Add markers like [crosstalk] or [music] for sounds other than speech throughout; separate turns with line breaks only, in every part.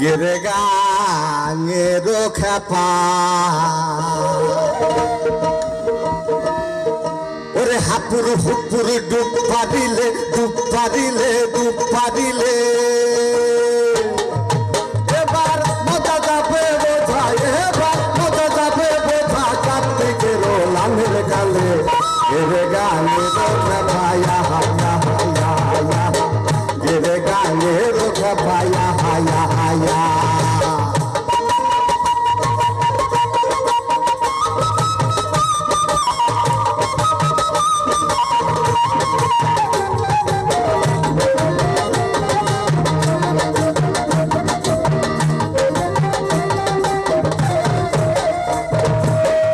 গেরে গাঙে রোখে পা ওরে হাপুর হুপুর ডুব পারিলে ডুব পারিলে ডুব পারিলে এবার মজা যাবে বোঝা এবার মজা যাবে বোঝা কার্তিকের লামের গালে গেরে গাঙে রোখে পায়া হায়া হায়া হায়া গেরে গাঙে রোখে পায়া হায়া হায়া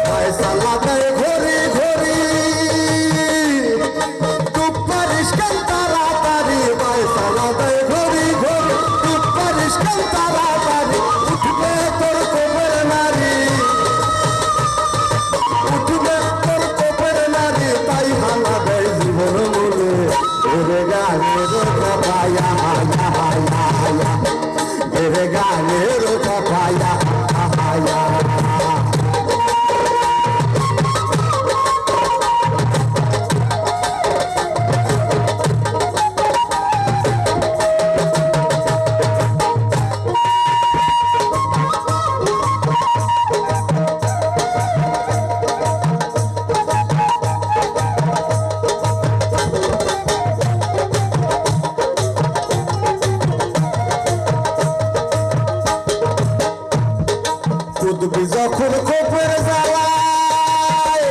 ফয়সালা দেয় ঘড়ি ঘড়ি। তুই পারিস কেন তাড়াতাড়ি? ফয়সালা দেয় ঘড়ি ঘড়ি। তুই পারিস কেন তাড়াতাড়ি? উঠবে তোর কোপের নারী। উঠবে তোর কোপের নারী। তাই হানা দেয় জীবন বলে। ওরে গানে রোজা পায়া, হায়া, হায়া, হায়া। ওরে গানে রোজা পায়া, হায়া, হায়া। কুদবি যখন কোপের জ্বালায়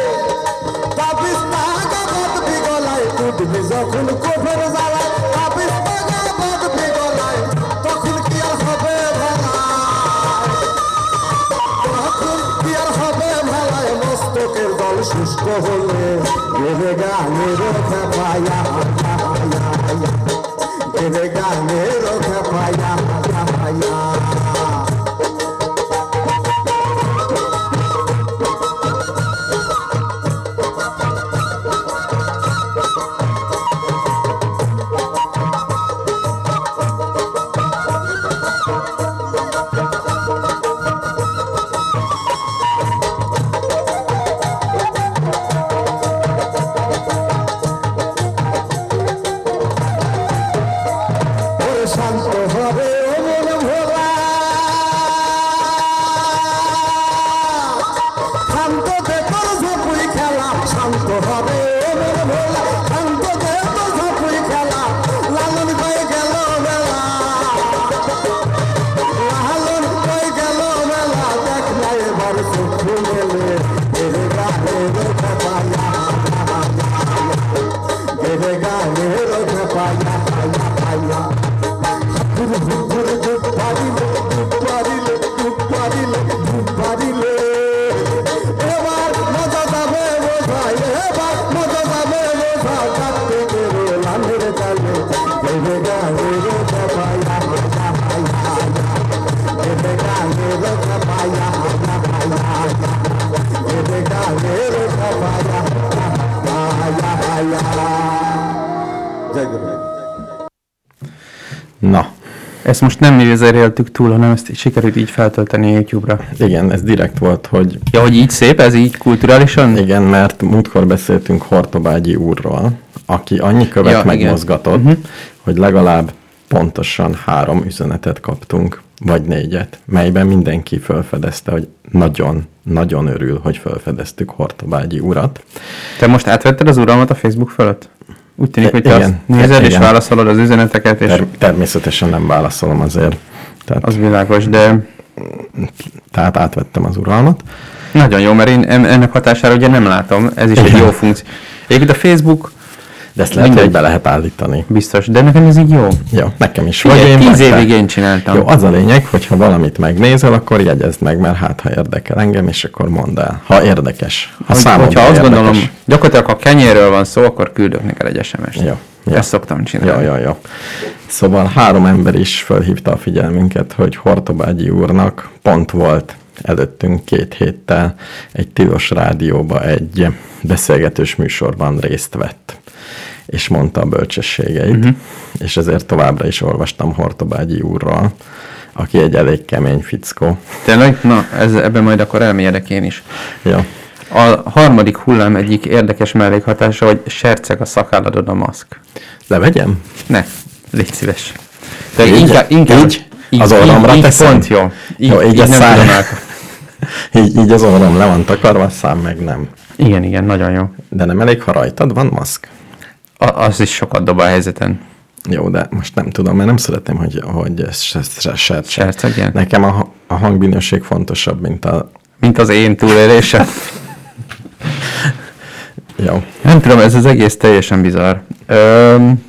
তাবিজ তাগা বদবি গলায় কুদবি যখন কোপের জ্বালায় তাবিজ তাগা বদবি গলায় তখন কি আর হবে ভালায় তখন কি আর হবে ভালায় মস্তকের দল শুষ্ক হলে গেলে গানে রোখা পায়া গেলে গানে রোখা পায়া পায়া ওরে শান্ত হবে ও মন ভোলা শান্ত দে তোর ঝাঁপুই খেলা শান্ত হবে ও মন ভোলা শান্ত দে তোর ঝাঁপুই খেলা লালন হয়ে গেল মেলা লালন হয়ে গেল মেলা দেখ না এবার চক্ষু মেলে এর গায়ে রোখা পায়া এর গায়ে রোখা পায়া পায়া পায়া জয় গুরু
Na,
Ezt most nem nézeréltük túl, hanem ezt sikerült így feltölteni YouTube-ra.
igen, ez direkt volt, hogy
Ja, hogy így szép, ez így kulturálisan?
igen, mert múltkor beszéltünk Hortobágyi úrról, aki annyi követ
Ja,
ja,
igen. Mhm.
megmozgatott, uh-huh. hogy legalább pontosan három üzenetet kaptunk, vagy négyet, melyben mindenki felfedezte, hogy nagyon, nagyon örül, hogy felfedeztük Hortobágyi urat.
Te most átvetted az uralmat a Facebook fölött? Úgy tűnik,
I-
hogy te
igen.
azt nézed és
Igen.
válaszolod az üzeneteket, és
Ter- természetesen nem válaszolom azért, tehát,
az világos, de
tehát átvettem az uralmat.
nagyon jó, mert én en- ennek hatására ugye nem látom, ez is egy
Igen.
jó funkció. Egyébként a Facebook
De ezt lehet,
Mindegy.
hogy be lehet állítani.
biztos, de nekem ez így jó.
Ja, nekem is.
Vagy én tíz
megtaláltam.
évig én csináltam.
Jó, az a lényeg, hogy ha valamit megnézel, akkor jegyezd meg, mert hát ha érdekel engem, és akkor mondd el. Ha érdekes. Ha
Hogy,
számomra
hogyha azt
érdekes.
gondolom, gyakorlatilag ha kenyérről van szó, akkor küldök neked egy SMS-t.
Jó, jó.
Ezt szoktam
Ja,
csinálni.
ja, ja. Szóval három ember is felhívta a figyelmünket, hogy Hortobágyi úrnak pont volt előttünk két héttel egy tilos rádióba egy beszélgetős műsorban részt vett és mondta a bölcsességeit, uh-huh. és ezért továbbra is olvastam Hortobágyi úrral, aki egy elég kemény fickó.
Tényleg? Na, ez, ebben majd akkor elmélyedek én is.
Ja.
A harmadik hullám egyik érdekes mellékhatása, hogy serceg a szakálladon a maszk.
Levegyem?
Ne, légy szíves. De
Így?
inkább, inkább
Így? Az orromra
így, így
teszem?
pont jó. Így,
Jó, így
így,
a
nem
száj.
tudom el-
Így, így az orrom le van takarva, a szám meg nem.
Igen, igen, nagyon jó.
De nem elég, ha rajtad van maszk?
A, az is sokat dob a helyzeten.
Jó, de most nem tudom, mert nem szeretném, hogy, hogy ez se, se, se, se.
Sercegen.
Nekem a, a hangminőség fontosabb, mint a...
Mint az én túlélésem.
Jó,
Nem tudom, ez az egész teljesen bizarr. Öm,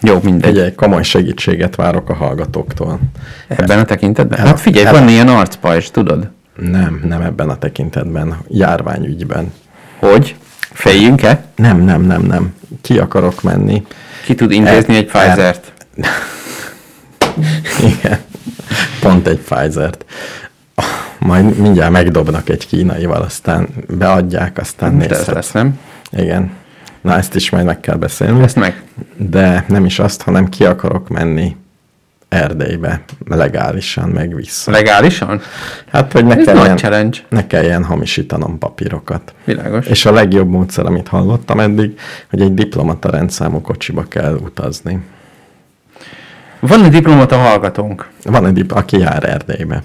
jó, mindegy.
egy, egy komoly segítséget várok a hallgatóktól.
Ebben a tekintetben?
El-
Hát figyelj,
el-
van ilyen arcpajzs, tudod?
Nem, nem ebben a tekintetben, járványügyben.
Hogy? Fejünk-e?
Nem, nem, nem, nem. Ki akarok menni? [laughs]
Ki tud intézni
El-
egy Pfizer-t?
Igen. Pont egy Pfizer-t. Majd mindjárt megdobnak egy kínaival, aztán beadják, aztán
Most ez
nézhet.
lesz, nem?
Igen. Na, ezt is majd meg kell beszélni.
Ezt meg.
De nem is azt, hanem ki akarok menni Erdélybe, legálisan, meg vissza.
Legálisan?
Hát, hogy ne
Ez nagy
kelljen,
challenge.
ne kelljen hamisítanom papírokat.
Világos.
És a legjobb módszer, amit hallottam eddig, hogy egy diplomata rendszámú kocsiba kell utazni.
Van egy diplomata hallgatónk.
Van egy, dip- aki jár Erdélybe.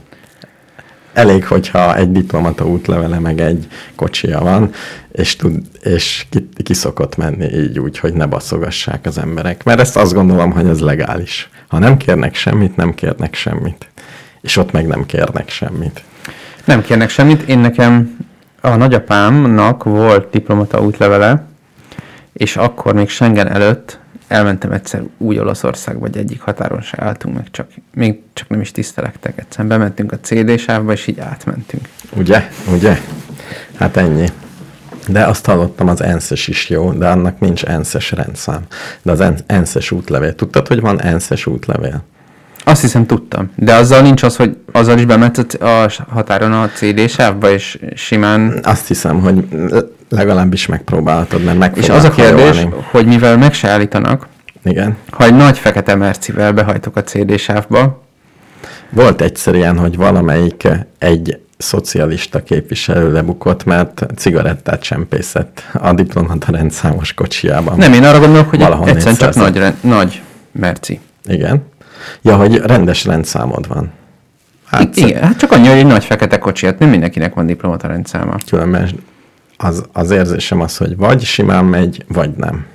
Elég, hogyha egy diplomata útlevele, meg egy kocsia van, és, tud, és ki, ki szokott menni így úgy, hogy ne baszogassák az emberek. Mert ezt azt gondolom, hogy ez legális. Ha nem kérnek semmit, nem kérnek semmit. És ott meg nem kérnek semmit.
Nem kérnek semmit. Én nekem a nagyapámnak volt diplomata útlevele, és akkor még Schengen előtt elmentem egyszer új Olaszországba, vagy egyik határon se álltunk meg, csak, még csak nem is tisztelektek egyszerűen. Bementünk a CD sávba, és így átmentünk.
Ugye? Ugye? Hát ennyi. De azt hallottam, az enszes is jó, de annak nincs enszes rendszám. De az en- enszes útlevél. Tudtad, hogy van enszes útlevél?
Azt hiszem tudtam, de azzal nincs az, hogy azzal is bemetsz a c- a s- határon a CD sávba, és simán...
Azt hiszem, hogy l- legalábbis megpróbálhatod, mert meg
És
fognak
az a kérdés,
hajolni.
hogy mivel meg se állítanak,
Igen.
ha egy nagy fekete mercivel behajtok a CD sávba,
Volt egyszer ilyen, hogy valamelyik eh, egy szocialista képviselő lebukott, mert cigarettát csempészett a diplomata rendszámos kocsiában.
nem, én arra gondolok, hogy
Valahonnan
egyszerűen csak
szerzett.
nagy, ren- nagy merci.
Igen. Ja, hogy rendes rendszámod van.
Hát, Igen, hát csak annyi, hogy egy nagy fekete kocsi, hát nem mindenkinek van diplomata rendszáma.
különben az, az érzésem az, hogy vagy simán megy, vagy nem.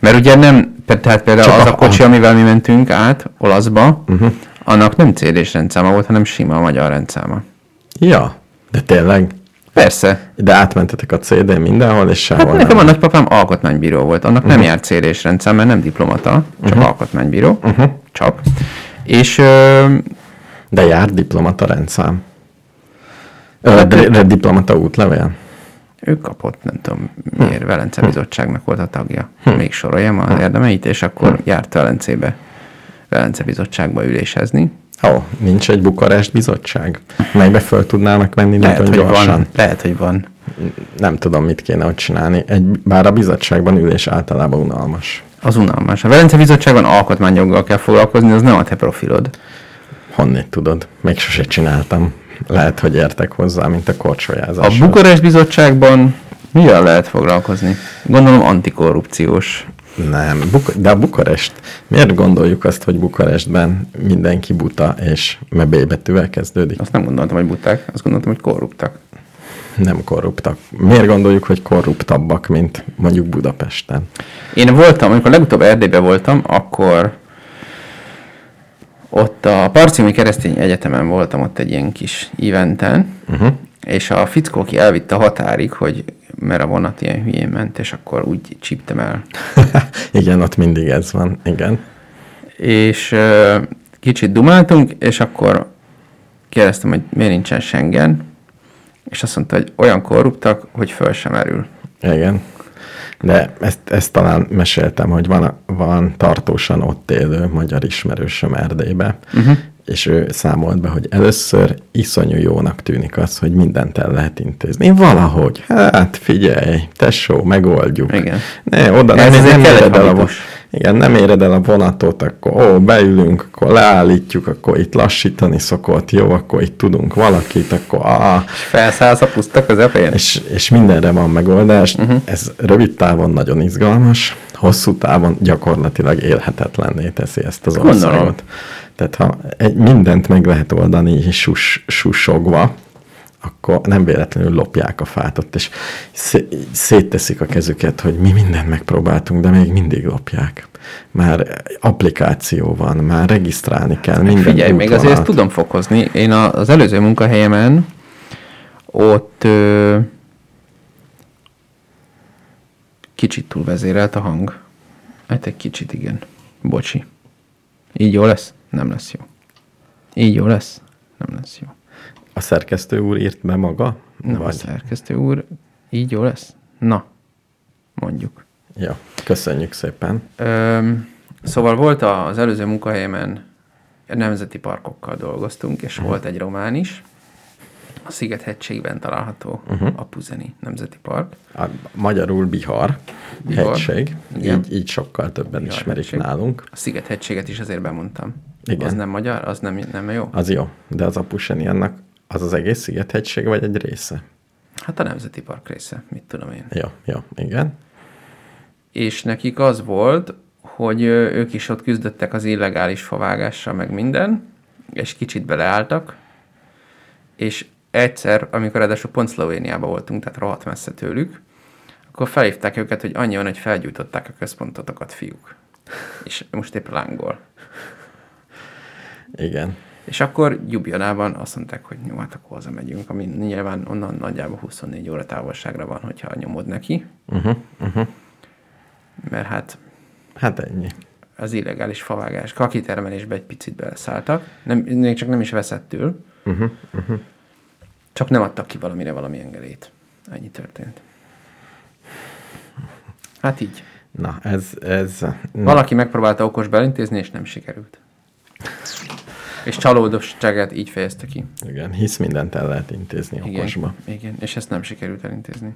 Mert ugye nem, pe- tehát például
Csak
az
a- Mhm.
a kocsi, amivel mi mentünk át, olaszba, uh-huh. annak nem CD-s rendszáma volt, hanem sima a magyar rendszáma.
Ja, de tényleg.
Persze,
De átmentetek a CD mindenhol, és
Hát
sehol
nekem
nem.
a nagypapám alkotmánybíró volt. Annak
Mhm.
uh-huh. nem járt célés rendszer, mert nem diplomata, csak uh-huh. alkotmánybíró.
Mhm.
Uh-huh. Csak. És ö,
De jár diplomata rendszám. Ö, de, de diplomata útlevél?
ő kapott, nem tudom miért, Velence Bizottságnak volt a tagja. Még soroljam az érdemeit, és akkor járt Velencébe, Velence Bizottságba ülésezni.
Ó, oh, nincs egy Bukarest bizottság, melybe föl tudnának menni
Lehet,
nagyon
hogy
gyorsan.
van. Lehet, hogy van.
Nem tudom, mit kéne ott csinálni. Egy, bár a bizottságban ülés általában unalmas.
Az unalmas. A Velence Bizottságban alkotmányjoggal kell foglalkozni, az nem a te profilod.
Honnét tudod? Még sose csináltam. Lehet, hogy értek hozzá, mint a
A
korcsolyázás.
Bukarest Bizottságban mivel lehet foglalkozni? Gondolom antikorrupciós.
Nem, Buk- de a Bukarest, miért gondoljuk azt, hogy Bukarestben mindenki buta és mebé betűvel kezdődik?
Azt nem gondoltam, hogy buták, azt gondoltam, hogy korruptak.
Nem korruptak. Miért gondoljuk, hogy korruptabbak, mint mondjuk Budapesten?
Én voltam, amikor legutóbb Erdélybe voltam, akkor ott a Parcimi Keresztény Egyetemen voltam ott egy ilyen kis eventen, uh-huh. és a fickó, aki elvitt a határig, hogy mert a vonat ilyen hülyén ment, és akkor úgy csíptem el.
igen, ott mindig ez van, igen.
És ö, kicsit dumáltunk, és akkor kérdeztem, hogy miért nincsen Schengen, és azt mondta, hogy olyan korruptak, hogy föl sem erül.
Igen. De ezt, ezt talán
Mhm.
meséltem, hogy van, van tartósan ott élő magyar ismerősöm Erdélybe, uh-huh. és ő számolt be, hogy először iszonyú jónak tűnik az, hogy mindent el lehet intézni. Valahogy, hát figyelj, tesó, megoldjuk.
Igen.
Ne, oda
Ez
nem,
azért
nem
kell egy
éred el a vo-
habitus.
igen, nem éred el a vonatot, akkor ó, beülünk, akkor leállítjuk, akkor itt lassítani szokott, jó, akkor itt tudunk valakit, akkor a,
Felszállsz a puszta közepén.
és, és mindenre van megoldás.
Mhm.
Uh-huh. Ez rövid távon nagyon izgalmas, hosszú távon gyakorlatilag élhetetlenné teszi ezt az
Gondolom.
országot. Tehát ha egy, mindent meg lehet oldani így sus, susogva, akkor nem véletlenül lopják a fát ott, és szé- szétteszik a kezüket, hogy mi mindent megpróbáltunk, de még mindig lopják. Már applikáció van, már regisztrálni kell minden
Hát Figyelj, még azért ezt
útvonalat.
tudom fokozni. Én a- az előző munkahelyemen ott ö, kicsit túlvezérelt a hang. Hát egy kicsit, igen. Bocsi. Így jó lesz? Nem lesz jó. Így jó lesz? Nem lesz jó.
A szerkesztő úr írt be maga?
Nem a szerkesztő úr. Így jó lesz? Na, mondjuk.
Jó, köszönjük szépen.
Öm, szóval volt az előző munkahelyemen nemzeti parkokkal dolgoztunk, és volt egy román is. A Sziget-hegységben található uh-huh. a Puzeni Nemzeti Park.
A, magyarul Bihar,
Bihar.
Bihar. hegység.
Igen.
Így, így sokkal többen
Bihar
ismerik
hegység.
nálunk.
A Sziget-hegységet is azért bemondtam.
Igen.
Az nem magyar, az nem, nem jó.
Az jó, de az Apuseni annak az az egész szigethegység, vagy egy része?
Hát a Nemzeti Park része, mit tudom én.
Jó, jó, igen.
és nekik az volt, hogy ö, ők is ott küzdöttek az illegális favágással, meg minden, és kicsit beleálltak, és egyszer, amikor ráadásul pont Szlovéniában voltunk, tehát rohadt messze tőlük, akkor felhívták őket, hogy annyi van, hogy felgyújtották a központotokat, fiúk. És most épp lángol.
Igen.
És akkor Jubjanában azt mondták, hogy jó, hát akkor hazamegyünk, ami nyilván onnan nagyjából 24 óra távolságra van, hogyha nyomod neki. Uh-huh, uh-huh. Mert hát
Hát ennyi.
az illegális favágás, kakitermelésbe egy picit beleszálltak, nem, még csak nem is veszettül, uh-huh, uh-huh. csak nem adtak ki valamire valami engedélyt. Ennyi történt. Hát így.
Na, ez, ez
Valaki megpróbálta okos belintézni, és nem sikerült. És csalódottságát így fejezte ki.
igen, hisz mindent el lehet intézni
Igen,
okosba.
igen, és ezt nem sikerült elintézni.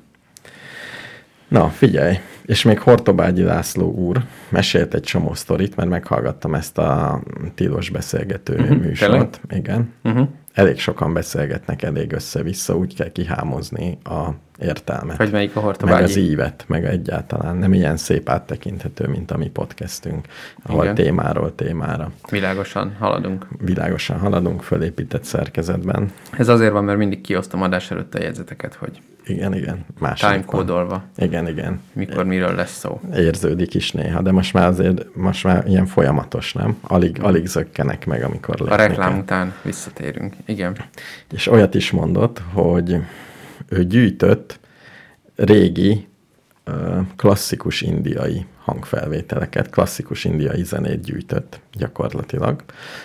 Na, figyelj, és még Hortobágyi László úr mesélt egy csomó sztorit, mert meghallgattam ezt a tilos beszélgető
Mhm,
uh-huh, műsort. Igen. Uh-huh. Elég sokan beszélgetnek, elég össze-vissza, úgy kell kihámozni a értelmet.
Hogy melyik a
meg az
hortobágyi.
ívet, meg egyáltalán nem ilyen szép áttekinthető, mint a mi podcastünk, ahol
Igen.
Igen. témáról témára
Világosan haladunk.
világosan haladunk, fölépített szerkezetben.
Ez azért van, mert mindig kiosztom adás előtt a jegyzeteket, hogy
Igen, igen. Másodikban.
timecódolva,
Igen, igen.
mikor miről lesz szó.
érződik is néha, de most már azért, most már ilyen folyamatos, nem? Alig, alig zökkenek meg, amikor
Mm. A
lépnek
reklám
el.
után visszatérünk. Igen.
És olyat is mondott, hogy ő gyűjtött régi ö, klasszikus indiai hangfelvételeket, klasszikus indiai zenét gyűjtött gyakorlatilag,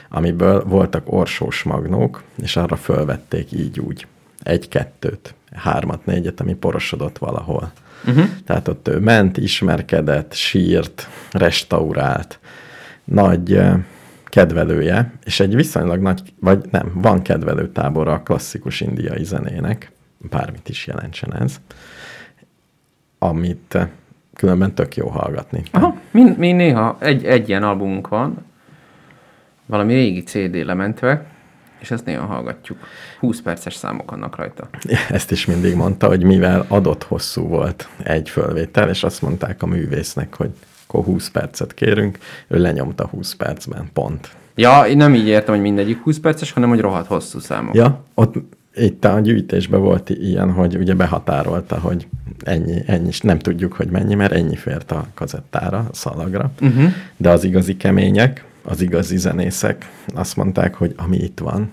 amiből voltak orsós magnók, és arra fölvették így úgy. Egy-kettőt, hármat, négyet, ami porosodott valahol. Uh-huh. Tehát ott ő ment, ismerkedett, sírt, restaurált, nagy ö, kedvelője, és egy viszonylag nagy, vagy nem, van kedvelő tábora a klasszikus indiai zenének, bármit is jelentsen ez, amit ö, különben tök jó hallgatni.
Aha, mi, mi néha egy, egy ilyen albumunk van, valami régi CD lementve, és ezt néha hallgatjuk. 20 perces számok vannak rajta.
[laughs] Ezt is mindig mondta, hogy mivel adott hosszú volt egy fölvétel, és azt mondták a művésznek, hogy akkor 20 percet kérünk, ő lenyomta 20 percben, pont.
Ja, én nem így értem, hogy mindegyik 20 perces, hanem hogy rohadt hosszú számok.
Ja, ott itt a gyűjtésben volt i- ilyen, hogy ugye behatárolta, hogy ennyi, ennyi, és nem tudjuk, hogy mennyi, mert ennyi fért a kazettára, a szalagra. Uh-huh. De az igazi kemények, az igazi zenészek azt mondták, hogy ami itt van,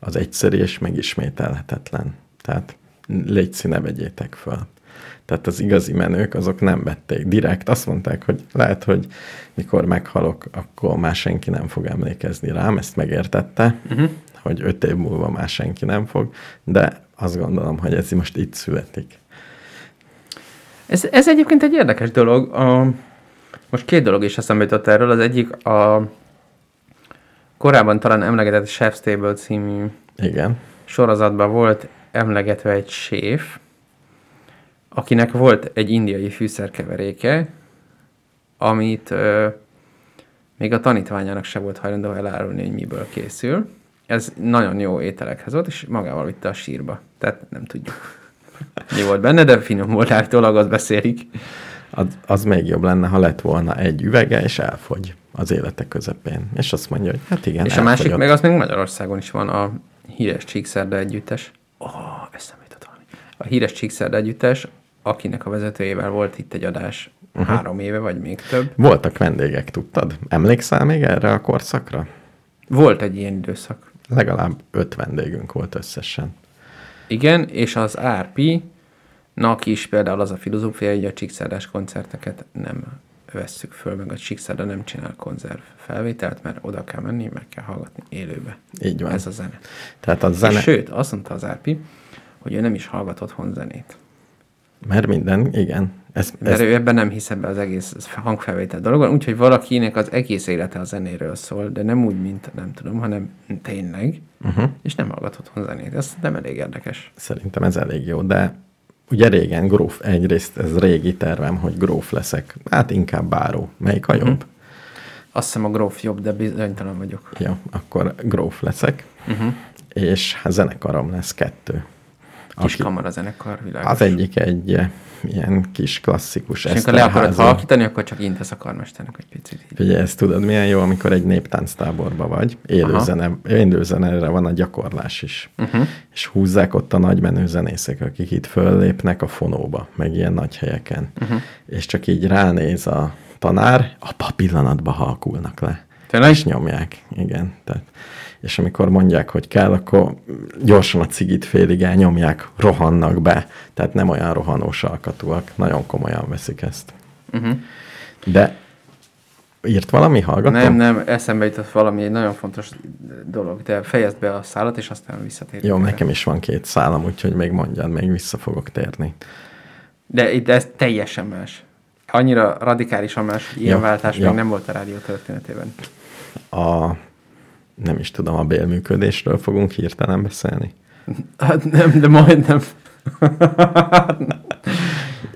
az egyszerű és megismételhetetlen. Tehát légy színe, vegyétek föl. Tehát az igazi menők azok nem vették. Direkt azt mondták, hogy lehet, hogy mikor meghalok, akkor már senki nem fog emlékezni rám, ezt megértette,
Mhm.
uh-huh. hogy öt év múlva már senki nem fog, de azt gondolom, hogy ez most itt születik.
Ez, ez egyébként egy érdekes dolog. A, most két dolog is eszembe jutott erről. Az egyik a korábban talán emlegetett Chef's Table című
Igen.
sorozatban volt emlegetve egy séf, akinek volt egy indiai fűszerkeveréke, amit ö, még a tanítványának se volt hajlandó elárulni, hogy miből készül. Ez nagyon jó ételekhez volt, és magával vitte a sírba. Tehát nem tudjuk, mi volt benne, de finom volt állítólag, azt beszélik.
Az, az még jobb lenne, ha lett volna egy üvege, és elfogy az élete közepén. És azt mondja, hogy hát igen,
És a másik,
elfogyott.
meg az még Magyarországon is van, a híres Csíkszerda együttes. Ó, oh, eszembe jutott valami. A híres Csíkszerda együttes, akinek a vezetőjével volt itt egy adás
Mhm.
uh-huh. három éve, vagy még több.
Voltak vendégek, tudtad? Emlékszel még erre a korszakra?
Volt egy ilyen időszak.
Legalább öt vendégünk volt összesen.
Igen, és az RP, nak is például az a filozófia, hogy a Csíkszerdás koncerteket nem vesszük föl, meg a Csíkszerda nem csinál konzerv felvételt, mert oda kell menni, meg kell hallgatni élőbe.
Így van.
Ez a zene.
Tehát a
Zene.
zene,
És sőt, azt mondta az RP, hogy ő nem is hallgat otthon zenét.
mert minden, igen. Ez,
Mert
ez,
ő ebben nem hisz ebbe az egész hangfelvétel dologban, úgyhogy valakinek az egész élete a zenéről szól, de nem úgy, mint nem tudom, hanem tényleg, uh-huh. és nem hallgat otthon zenét. Ez nem elég érdekes.
szerintem ez elég jó, de ugye régen gróf, egyrészt ez régi tervem, hogy gróf leszek. Hát inkább báró. Melyik
Mhm.
a jobb? Uh-huh.
Azt hiszem a gróf jobb, de bizonytalan vagyok.
Jó, akkor gróf leszek,
Mhm.
uh-huh. és hát zenekarom lesz kettő.
Kis kamara zenekar világ.
Az egyik egy eh, ilyen kis klasszikus
és amikor le akarod
Eszterházy.
halkítani, akkor csak intesz a karmesternek egy picit. Így.
Ugye ezt tudod, milyen jó, amikor egy néptánctáborba vagy, élőzene, élőzenére van a gyakorlás is. Uh-huh. És húzzák ott a nagy menő zenészek, akik itt föllépnek a fonóba, meg ilyen nagy helyeken. Uh-huh. És csak így ránéz a tanár, abba a pillanatban halkulnak le.
Tényleg?
És nyomják, igen. Tehát, és amikor mondják, hogy kell, akkor gyorsan a cigit félig elnyomják, rohannak be. Tehát nem olyan rohanós alkatúak, nagyon komolyan veszik ezt. Uh-huh. De írt valami hallgató?
Nem, nem, eszembe jutott valami egy nagyon fontos dolog, de fejezd be a szállat, és aztán visszatérünk.
Jó,
erre.
nekem is van két szálam, úgyhogy még mondjad, még vissza fogok térni.
De itt ez teljesen más. Annyira radikálisan más, hogy ilyen
Ja,
váltás
ja.
még nem volt a rádió történetében.
A, nem is tudom, a bélműködésről fogunk hirtelen beszélni.
Hát nem, de majdnem.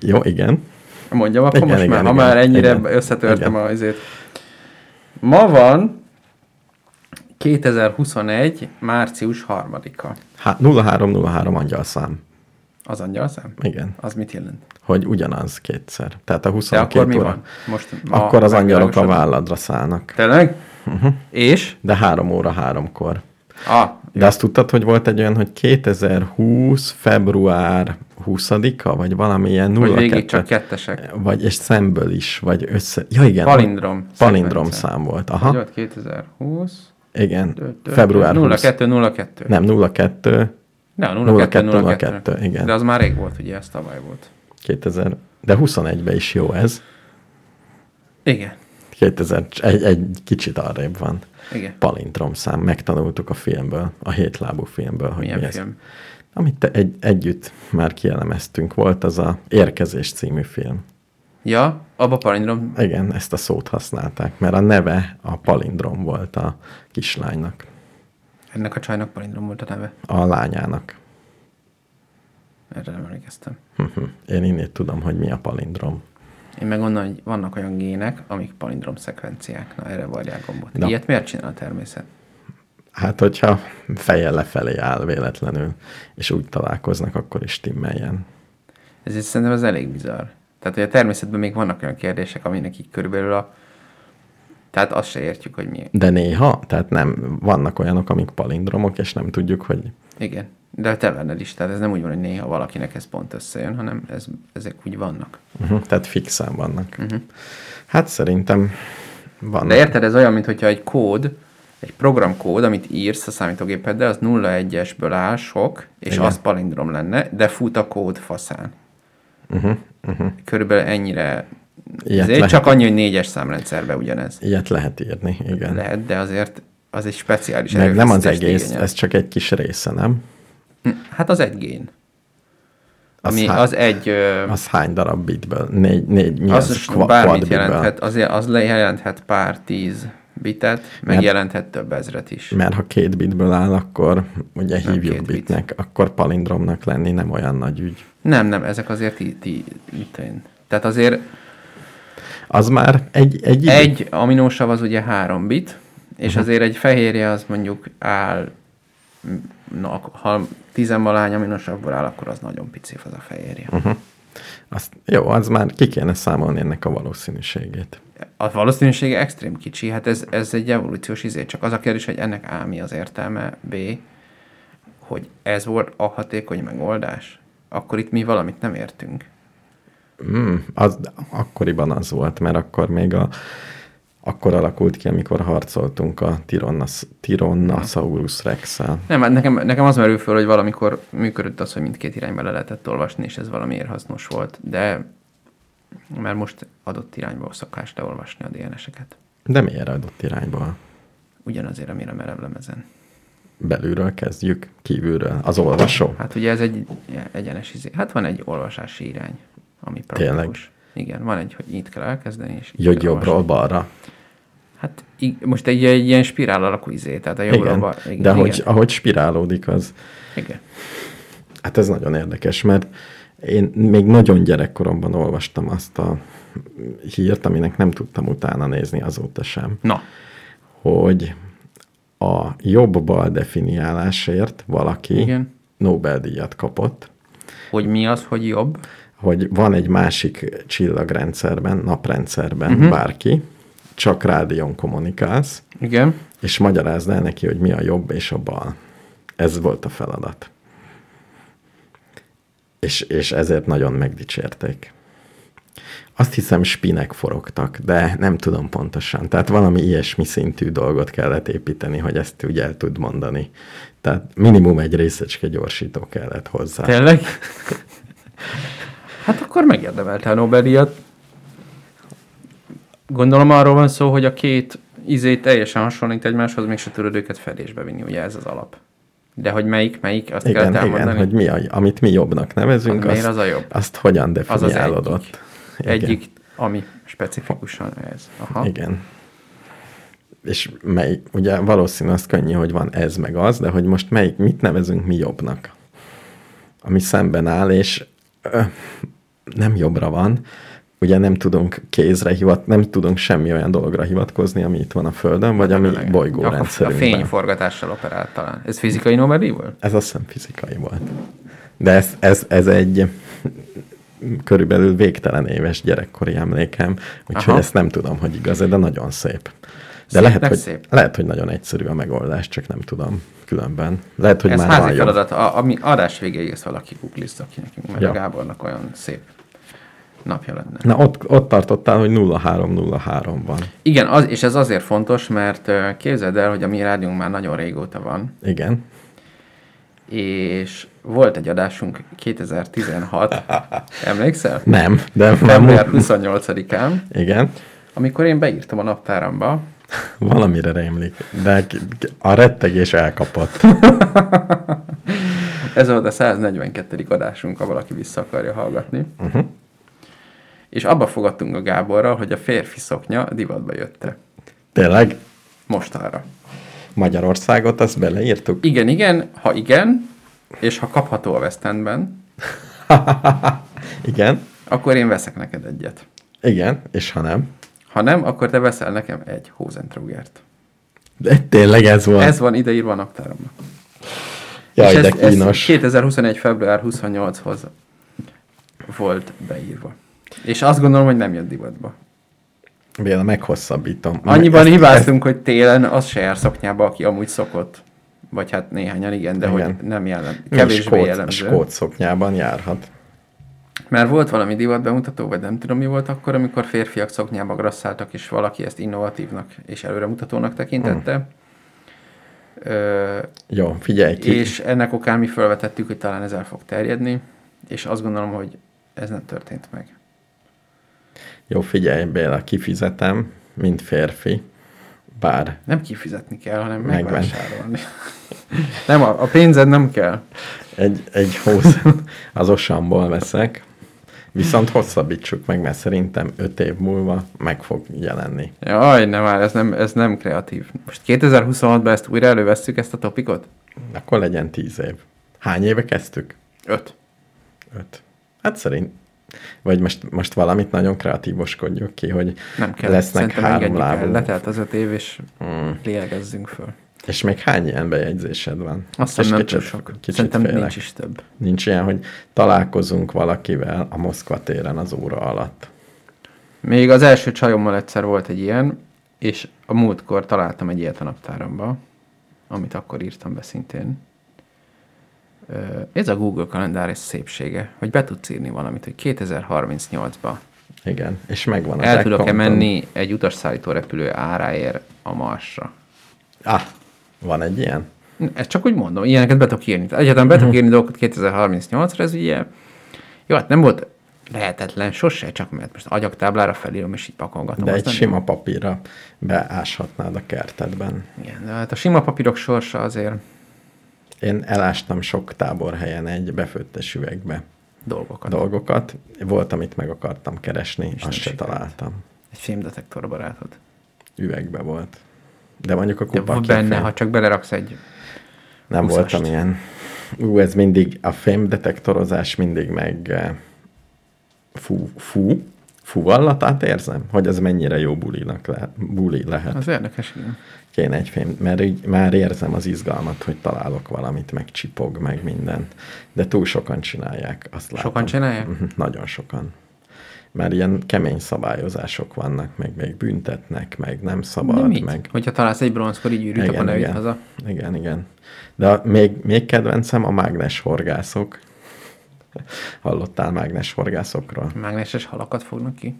Jó, igen.
Hát Mondjam, akkor
Igen,
most
igen,
már, ha
igen,
már ennyire
igen,
összetörtem
igen.
a izét. Ma van 2021. március 3-a.
Hát 0303 angyalszám.
Az angyalszám?
Igen.
Az mit jelent?
Hogy ugyanaz kétszer. Tehát a
De
22
akkor mi
óra.
van? Most ma
Akkor az Mhm. angyalok a
megvilágosodott.
válladra szállnak.
Tényleg? Uh-huh. És?
De három óra háromkor.
Ah,
De azt tudtad, hogy volt egy olyan, hogy 2020. február 20-a, vagy valamilyen 0
hogy végig csak kettesek.
Vagy és szemből is, vagy össze... Ja, igen.
Palindrom.
Palindrom
szekvencia.
szám volt.
Hogy
Aha,
volt 2020.
igen. Február 20.
02 02.
Nem, 02.
Ne, a 02 02.
02, igen.
De az már rég volt, ugye, ez tavaly volt.
2000. De 21-ben is jó ez.
Igen.
2000, egy, egy kicsit arrébb van.
Igen.
Palindrom szám, megtanultuk a filmből, a hétlábú filmből, hogy
Milyen
mi ez.
film?
Amit te egy, együtt már kielemeztünk, volt az a Érkezés című film.
Ja, abba palindrom.
Igen, ezt a szót használták, mert a neve a palindrom volt a kislánynak,
Ennek a csajnak palindrom volt a neve.
a lányának.
Erre nem emlékeztem.
Mhm. Én innét tudom, hogy mi a palindrom.
Én meg onnan, hogy vannak olyan gének, amik palindrom szekvenciák. Na, erre varják gombot.
Na.
Ilyet miért csinál a természet?
Hát, hogyha fejjel lefelé áll véletlenül, és úgy találkoznak, akkor is timmeljen.
Ezért szerintem ez elég bizarr. Tehát, hogy a természetben még vannak olyan kérdések, aminek így körülbelül a... Tehát azt se értjük, hogy mi.
De néha, tehát nem, vannak olyanok, amik palindromok, és nem tudjuk, hogy
Igen. De te benned is. Tehát ez nem úgy van, hogy néha valakinek ez pont összejön, hanem ez, ezek úgy vannak.
uh-huh. tehát fixen vannak. Uh-huh. Hát szerintem vannak.
Mhm. De érted, ez olyan, mintha egy kód, egy programkód, amit írsz a számítógépeddel, az 01-esből áll sok, és Igen. az palindrom lenne, de fut a kód faszán. Uh-huh, uh-huh. Körülbelül ennyire.
Ilyet
Ezért
lehet.
csak annyi, hogy négyes számrendszerbe ugyanez.
Ilyet lehet írni, igen. Le,
Lehet, de azért az egy speciális
Meg nem az
erőfeszítést
egész,
igényel.
ez csak egy kis része, nem?
Hát az egy gén.
Az
Ami,
há-
az egy... ö,
Az hány darab bitből? Négy, négy mi
Az,
az?
az
Kva-
bármit
quadbitből?
jelenthet, az, az jelenthet pár tíz bitet,
Hát-
megjelenthet több ezret is.
Mert ha két bitből áll, akkor ugye
Nem
hívjuk
két bit.
bitnek, akkor palindromnak lenni nem olyan nagy ügy.
Nem, nem, ezek azért ti, ti, mit én. Tehát azért
Az már egy, egy, idő.
egy aminósav az ugye három bit, és azért egy fehérje az mondjuk áll, na, ak- ha tizenvalány aminosavból áll, akkor az nagyon pici az a fehérje.
Azt, jó, az már ki kéne számolni ennek a valószínűségét.
A valószínűsége extrém kicsi, hát ez, ez egy evolúciós izé, csak az a kérdés, hogy ennek A mi az értelme, B, hogy ez volt a hatékony megoldás, akkor itt mi valamit nem értünk.
Mm, az, akkoriban az volt, mert akkor még a, akkor alakult ki, amikor harcoltunk a Tironnas, Tironnasaurus Rex-el.
Nem, hát nekem, nekem az merül föl, hogy valamikor működött az, hogy mindkét irányba le lehetett olvasni, és ez valamiért hasznos volt, de már most adott irányba szokás leolvasni a DNS-eket.
De miért adott irányból?
Ugyanazért, amire merev lemezen.
Belülről kezdjük, kívülről. Az olvasó.
Hát ugye ez egy egyenes izé. Hát van egy olvasási irány, ami praktikus. Igen, van egy, hogy itt kell elkezdeni, és itt
Jöjj
kell olvasni.
jobbról balra.
Hát i- most egy, egy ilyen spirál alakú izé, tehát a jobbra
Igen.
bal-
De hogy, ahogy spirálódik, az,
igen.
Hát ez nagyon érdekes, mert én még nagyon gyerekkoromban olvastam azt a hírt, aminek nem tudtam utána nézni azóta sem,
Na,
hogy a jobb-bal definiálásért valaki
Igen.
Nobel-díjat kapott,
hogy mi az, hogy jobb?
hogy van egy másik csillagrendszerben, naprendszerben bárki, csak rádión kommunikálsz,
Igen.
és magyarázd el neki, hogy mi a jobb és a bal. Ez volt a feladat. És, és ezért nagyon megdicsérték. Azt hiszem, spinek forogtak, de nem tudom pontosan. Tehát valami ilyesmi szintű dolgot kellett építeni, hogy ezt úgy el tud mondani. Tehát minimum egy részecske gyorsító kellett hozzá.
Tényleg? Hát akkor megérdemelte a Nobel-díjat. Gondolom arról van szó, hogy a két izé teljesen hasonlít egymáshoz, mégse tudod őket fedésbe vinni, ugye ez az alap. De hogy melyik, melyik, azt igen,
igen,
kell
igen,
elmondani.
hogy mi a, amit mi jobbnak nevezünk,
Az
azt,
miért az a jobb?
azt hogyan
az az
definiálod
egyik.
ott. Igen.
Egyik, ami specifikusan ez. Aha.
Igen. És mely, ugye valószínű az könnyű, hogy van ez meg az, de hogy most melyik, mit nevezünk mi jobbnak? Ami szemben áll, és ö, nem jobbra van, ugye nem tudunk kézre hivat, nem tudunk semmi olyan dologra hivatkozni, ami itt van a Földön, vagy ami
Tényleg. Akkor a
bolygórendszerünkben.
fényforgatással operált talán. Ez fizikai Nobel-díj volt?
Ez azt hiszem fizikai volt. De ez, ez, ez egy körülbelül végtelen éves gyerekkori emlékem, úgyhogy
Aha.
ezt nem tudom, hogy igaz de nagyon szép. De
Szépnek
lehet hogy,
szép.
lehet, hogy nagyon egyszerű a megoldás, csak nem tudom különben. Lehet, hogy
Ez
már
házi
van jobb.
feladat, a, ami adás végéig ezt valaki googlizza ki nekünk, mert
Ja.
ja. Gábornak olyan szép napja lenne.
Na, ott, ott tartottál, hogy 0303 van.
Igen, az, és ez azért fontos, mert ö, képzeld el, hogy a mi rádiónk már nagyon régóta van,
Igen.
és volt egy adásunk 2016, emlékszel?
Nem, de már
Február
múlt...
28-án,
Igen.
amikor én beírtam a naptáramba,
Valamire rémlik. De ki- ki- a rettegés elkapott.
ez volt a 142. adásunk, ha valaki vissza akarja hallgatni. Uh-huh. És abba fogadtunk a Gáborral, hogy a férfi szoknya divatba jötte.
Tényleg
Mostanra.
Magyarországot azt beleírtuk?
Igen, igen, ha igen, és ha kapható a West Endben,
Igen.
akkor én veszek neked egyet.
Igen, és ha nem?
Ha nem, akkor te veszel nekem egy Hosentrugert.
De tényleg ez volt.
Ez van ideírva a naptáromban.
Jaj,
És
de
ez, ez
kínos.
2021. február 28-hoz volt beírva. És azt gondolom, hogy nem jött divatba.
Béla, meghosszabbítom.
Annyiban
Ezt-
hibáztunk, hogy télen az se jár szoknyába, aki amúgy szokott. Vagy hát néhányan igen, de
Igen.
hogy nem jellem,
ezt-
kevésbé
skót,
jellemző.
Skót szoknyában járhat.
Mert volt valami divat bemutató, vagy nem tudom mi volt akkor, amikor férfiak szoknyába grasszáltak, és valaki ezt innovatívnak és előremutatónak tekintette.
Hmm.
Ö,
Jó, figyelj ki.
és ennek okán mi felvetettük, hogy talán ez el fog terjedni, és azt gondolom, hogy ez nem történt meg.
Jó, figyelj, Béla, kifizetem, mint férfi. Bár
Nem kifizetni kell, hanem
Megvan.
megvásárolni. nem, a, a pénzed nem kell.
[laughs] egy, egy hóz az osamból veszek, Viszont hosszabbítsuk meg, mert szerintem 5 év múlva meg fog jelenni.
Jaj, ne már, ez nem, ez nem kreatív. Most 2026-ban ezt újra elővesszük, ezt a topikot?
Akkor legyen 10 év. Hány éve kezdtük?
Öt.
5. Hát szerint. Vagy most, most valamit nagyon kreatívoskodjuk ki, hogy
Nem kell.
lesznek három
engedjük el.
lábú. Hmm.
Letelt az öt év, és mm. lélegezzünk föl.
És még hány ilyen bejegyzésed van?
Azt hiszem
És
nem
kicsit-
túl sok.
Kicsit
Szerintem
félek.
nincs is több.
Nincs ilyen, hogy találkozunk valakivel a Moszkva téren az óra alatt.
Még az első csajommal egyszer volt egy ilyen, és a múltkor találtam egy ilyet a naptáramba, amit akkor írtam be szintén. Ö, Ez a Google kalendár és szépsége, hogy be tudsz írni valamit, hogy 2038-ba
Igen, és megvan az
el tudok-e
ekkontom.
menni egy utasszállító repülő áráért a Marsra.
Ah, van egy ilyen?
Ezt csak úgy mondom, ilyeneket be tudok írni. Tehát Egyáltalán be tudok
Mhm.
írni dolgokat 2038-ra, ez ugye... Jó, hát nem volt lehetetlen sose, csak mert most agyaktáblára felírom, és így pakolgatom.
De
az
egy
nem-
sima papírra beáshatnád a kertedben.
Igen, de hát a sima papírok sorsa azért
Én elástam sok táborhelyen egy befőttes üvegbe
dolgokat. Dolg.
dolgokat. Volt, amit meg akartam keresni, és
nem
azt se
sikerült.
találtam.
Egy fémdetektor barátod.
Üvegbe volt. De mondjuk a
De
kupa
van benne, ha csak beleraksz egy...
Nem
Húszast.
voltam ilyen. Ú, ez mindig, a fémdetektorozás mindig meg eh, fú, fú, fúvallatát érzem, hogy ez mennyire jó bulinak le, buli lehet.
Az érdekes, igen.
Kéne egy fém, mert így már érzem az izgalmat, hogy találok valamit, meg csipog, meg minden. De túl sokan csinálják, azt látom.
Sokan csinálják?
Mhm, Nagyon sokan. Mert ilyen kemény szabályozások vannak, meg még büntetnek, meg nem
De
szabad,
mit?
meg...
Hogyha találsz egy bronzkori gyűrűt, akkor ne vidd haza.
Igen, igen. De a- még, még kedvencem a mágnes horgászok. [laughs] Hallottál mágnes horgászokról?
Mágneses halakat fognak ki.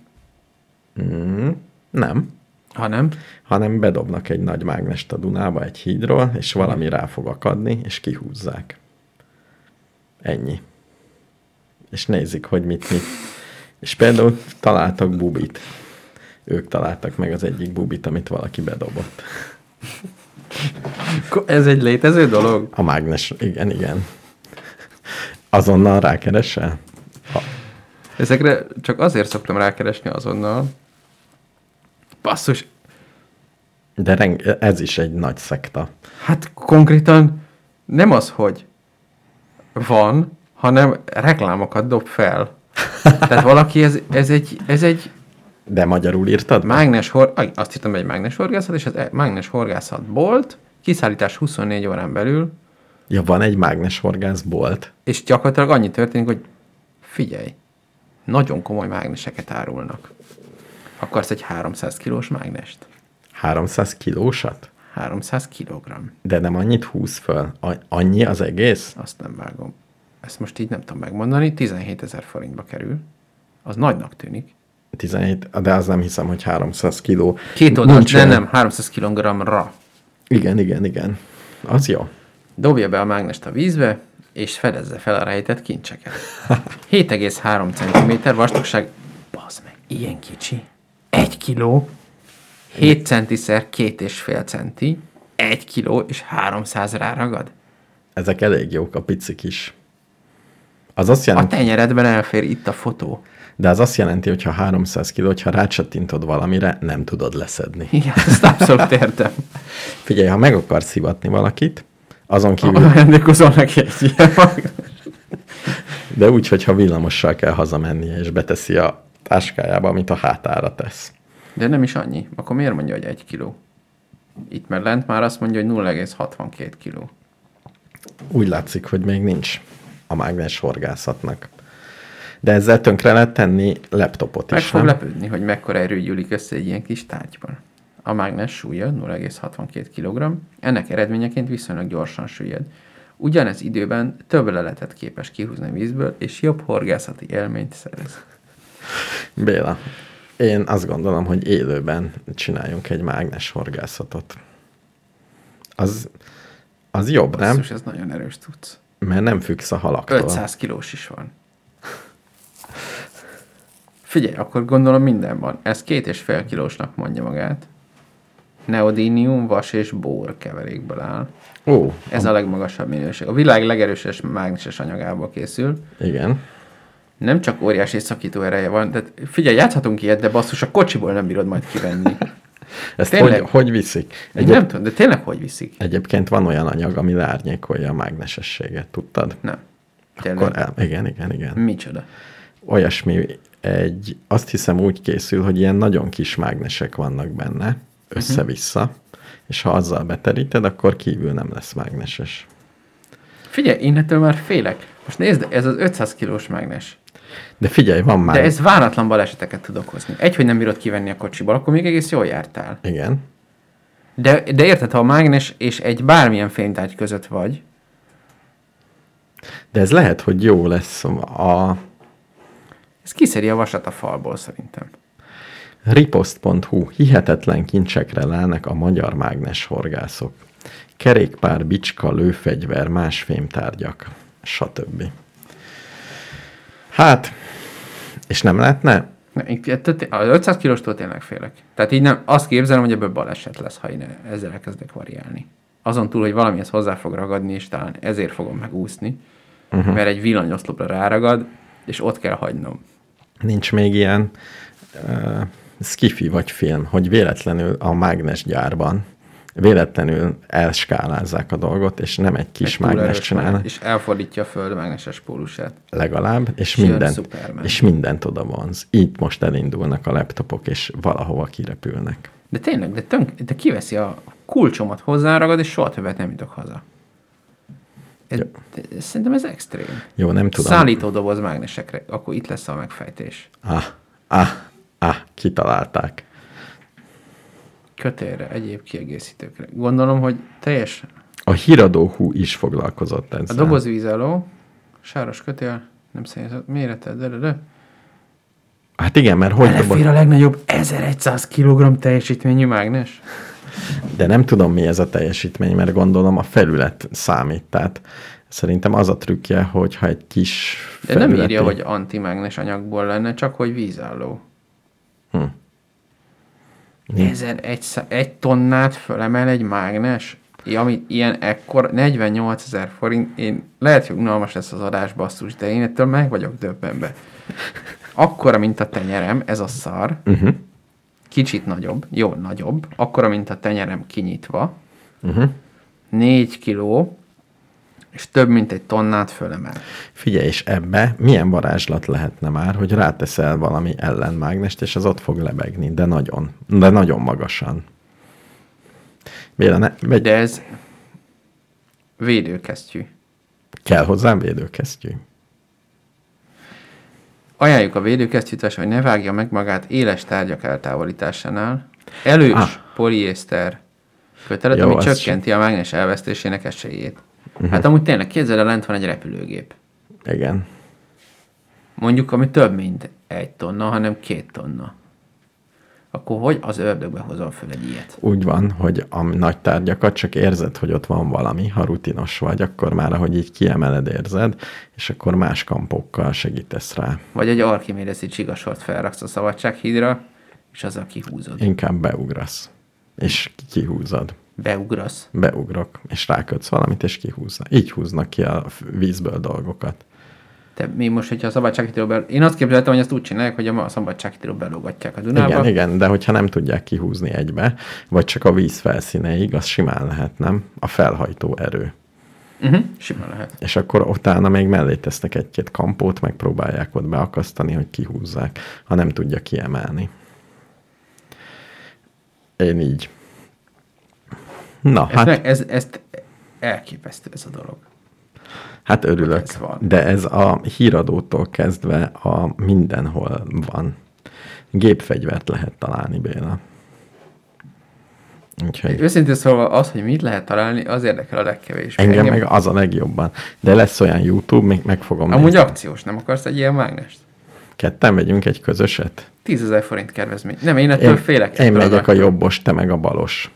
Mm, nem,
Ha
[laughs]
nem,
hanem bedobnak egy nagy mágnest a Dunába egy hídról, és valami rá fog akadni, és kihúzzák. Ennyi. És nézik, hogy mit mit. És például találtak bubit. Ők találtak meg az egyik bubit, amit valaki bedobott.
Ko- ez egy létező dolog.
A mágnes, igen, igen. Azonnal rákeresel?
Ezekre csak azért szoktam rákeresni azonnal. Basszus,
De reng- ez is egy nagy szekta.
hát konkrétan nem az, hogy van, hanem reklámokat dob fel. Tehát valaki, ez, ez, egy, ez egy
De magyarul írtad? Már?
Mágnes hor... aj, Azt írtam, hogy egy mágnes horgászat, és az e- mágnes horgászat bolt, kiszállítás 24 órán belül,
Ja, van egy mágnes horgászbolt.
és gyakorlatilag annyi történik, hogy figyelj, nagyon komoly mágneseket árulnak. Akarsz egy 300 kilós mágnest?
300 kilósat?
300 kilogramm.
De nem annyit húz föl. A- annyi az egész?
Azt nem vágom. Ezt most így nem tudom megmondani, 17 ezer forintba kerül. Az nagynak tűnik.
17, de az nem hiszem, hogy 300 kiló.
Két oldal,
Nincs
de
olyan.
nem, 300 kilogramra.
Igen, igen, igen. Az jó.
Dobja be a mágnest a vízbe, és fedezze fel a rejtett kincseket. 7,3 cm vastagság. Bazd meg, ilyen kicsi. Egy kiló. 7 centiszer 2,5 centi. Egy kiló és 300 ráragad.
Ezek elég jók, a picik is. Az azt
A
jelenti,
tenyeredben elfér itt a fotó.
de az azt jelenti, hogy ha 300 kiló, ha rácsattintod valamire, nem tudod leszedni.
Igen, ezt abszolút értem.
Figyelj, ha meg akarsz hivatni valakit, azon kívül
Ajándékozol neki egy ilyen mag-
De úgy, hogyha villamossal kell hazamennie, és beteszi a táskájába, amit a hátára tesz.
De nem is annyi. Akkor miért mondja, hogy egy kiló? Itt mert lent már azt mondja, hogy 0,62 kiló.
Úgy látszik, hogy még nincs a mágnes horgászatnak. De ezzel tönkre lehet tenni laptopot
Meg
is,
fog
nem?
lepődni, hogy mekkora erő gyűlik össze egy ilyen kis tárgyban. A mágnes súlya 0,62 kg, ennek eredményeként viszonylag gyorsan süllyed. Ugyanez időben több leletet képes kihúzni vízből, és jobb horgászati élményt szerez.
Béla, én azt gondolom, hogy élőben csináljunk egy mágnes horgászatot. Az, az jobb, nem?
Basszus, ez nagyon erős tudsz.
Mert nem függsz a halaktól.
500 kilós is van. Figyelj, akkor gondolom minden van. Ez két és fél kilósnak mondja magát. Neodínium, vas és bór keverékből áll.
Ó,
Ez a legmagasabb minőség. A világ legerősebb mágneses anyagából készül.
igen.
nem csak óriási szakító ereje van, de figyelj, játszhatunk ilyet, de basszus, a kocsiból nem bírod majd kivenni.
[laughs] Ezt
Tényleg?
hogy, hogy viszik?
Én
Egyéb,
nem tudom, de tényleg hogy viszik?
egyébként van olyan anyag, ami leárnyékolja a mágnesességet, tudtad?
Nem. Tényleg.
Akkor el, igen, igen, igen.
Micsoda.
Olyasmi egy, azt hiszem úgy készül, hogy ilyen nagyon kis mágnesek vannak
Mhm.
benne, össze-vissza, és ha azzal beteríted, akkor kívül nem lesz mágneses.
Figyelj, én ettől már félek. Most nézd, ez az 500 kilós mágnes.
De figyelj, van már...
De ez váratlan baleseteket tud okozni. Egy, hogy nem bírod kivenni a kocsiból, akkor még egész jól jártál.
Igen.
De, de érted, ha a mágnes és egy bármilyen fénytárgy között vagy,
De ez lehet, hogy jó lesz a
ez kiszeri a vasat a falból szerintem.
Ripost.hu hihetetlen kincsekre lelnek a magyar mágnes horgászok. Kerékpár, bicska, lőfegyver, más fémtárgyak, stb. Hát, és nem lehetne?
Nem, én- ettől té- az 500 kilóstól tényleg félek. Tehát így nem, azt képzelem, hogy ebből baleset lesz, ha én ezzel elkezdek variálni. Azon túl, hogy valamihez hozzá fog ragadni, és talán ezért fogom megúszni,
Mhm.
uh-huh. mert egy villanyoszlopra ráragad, és ott kell hagynom.
Nincs még ilyen uh, skifi vagy film, hogy véletlenül a mágnes gyárban véletlenül elskálázzák a dolgot, és nem egy kis
Túl
mágnes
erős
csinálnak.
már, És elfordítja a föld mágneses pólusát.
legalább, és,
És jön
mindent,
Superman.
és mindent oda vonz. Így most elindulnak a laptopok, és valahova kirepülnek.
De tényleg, de, tönk, de kiveszi a kulcsomat hozzáragad, és soha többet nem jutok haza. Ez, de- szerintem ez extrém.
Jó, nem tudom.
Szállító doboz mágnesekre, akkor itt lesz a megfejtés.
Ah, ah, ah, kitalálták.
Kötélre, egyéb kiegészítőkre. Gondolom, hogy teljes
A híradóhú is foglalkozott
a
ezzel.
dobozvízálló, sáros kötél, nem szennyezett mérete, de, de, de.
Hát igen, mert hogy doboz...
Belefér a legnagyobb 1100 kg teljesítményű mágnes.
De nem tudom, mi ez a teljesítmény, mert gondolom a felület számít. Tehát szerintem az a trükkje, hogyha egy kis
De nem
felületi-
írja, hogy antimágnes anyagból lenne, csak hogy vízálló. Hm. 11 tonnát fölemel egy mágnes? Ja, Ami ilyen ekkor, 48 ezer forint, én lehet, hogy unalmas lesz az adás basszus, de én ettől meg vagyok döbbenve. Akkora, mint a tenyerem, ez a szar, uh-huh. kicsit nagyobb, jó, nagyobb, akkora, mint a tenyerem kinyitva, uh-huh. 4 kiló, és több, mint egy tonnát fölemel.
Figyelj, és ebbe milyen varázslat lehetne már, hogy ráteszel valami ellenmágnest, és az ott fog lebegni, de nagyon, de nagyon magasan. Béla, ne, vagy
De ez védőkesztyű.
kell hozzám védőkesztyű?
Ajánljuk a védőkesztyűt, hogy ne vágja meg magát éles tárgyak eltávolításánál. Elős
Ah.
ah. poliészter kötelet,
Jó,
ami
az Mhm.
csökkenti a mágnes elvesztésének esélyét. Uh-huh. Hát amúgy tényleg kézzel lent van egy repülőgép.
Igen.
Mondjuk, ami több, mint egy tonna, hanem két tonna. Akkor hogy az ördögbe hozom föl egy ilyet?
Úgy van, hogy a nagy tárgyakat csak érzed, hogy ott van valami, ha rutinos vagy, akkor már ahogy így kiemeled érzed, és akkor más kampókkal segítesz rá.
Vagy egy arkimédeszi csigasort felraksz a szabadsághídra, és azzal kihúzod.
Inkább beugrasz, és kihúzod.
Beugrasz.
Beugrok, és rákötsz valamit, és kihúzna. Így húznak ki a f- vízből dolgokat.
Te mi most, hogyha a szabadsághídról bel... Én azt képzeltem, hogy azt úgy csinálják, hogy a szabadsághídról belógatják a Dunába.
Igen, igen, de hogyha nem tudják kihúzni egybe, vagy csak a víz felszíneig, az simán lehet, nem? A felhajtó erő.
Uh-huh. Simán lehet.
És akkor utána még mellé tesznek egy-két kampót, megpróbálják ott beakasztani, hogy kihúzzák, ha nem tudja kiemelni. Én így. Na,
Hát,
hát,
meg, ez, ezt elképesztő ez a dolog.
hát örülök.
ez van.
De ez a híradótól kezdve a mindenhol van. Gépfegyvert lehet találni, Béla. Úgyhogy...
Őszintén szólva az, hogy mit lehet találni, az érdekel a legkevésbé.
Engem, meg az a legjobban. De lesz olyan YouTube, még meg fogom
Amúgy
nézni.
akciós, nem akarsz egy ilyen mágnest?
Ketten vegyünk egy közöset?
10 ezer forint kedvezmény. Nem, én ettől
Én,
én, félek.
én
ettől
megyek a
dologtól.
jobbos, te meg a balos.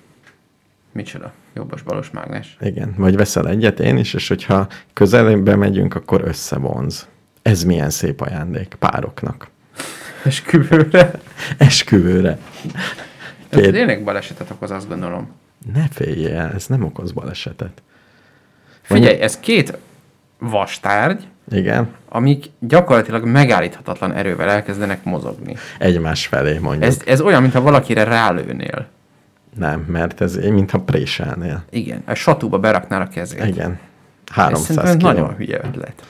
Micsoda? Jobbos-balos mágnes.
Igen. Vagy veszel egyet én is, és hogyha közelébe megyünk, akkor összevonz. Ez milyen szép ajándék pároknak.
És küvőre.
Esküvőre.
Ez
Két-
tényleg balesetet okoz, azt gondolom.
Ne féljél, ez nem okoz balesetet.
Figyelj, ez két vastárgy,
Igen.
amik gyakorlatilag megállíthatatlan erővel elkezdenek mozogni.
Egymás felé mondjuk.
Ez, ez olyan, mintha valakire rálőnél.
Nem, mert ez mintha préselnél.
Igen, a satúba beraknál a kezét.
Igen.
Ez
300
szerintem
kiló.
nagyon hülye ötlet.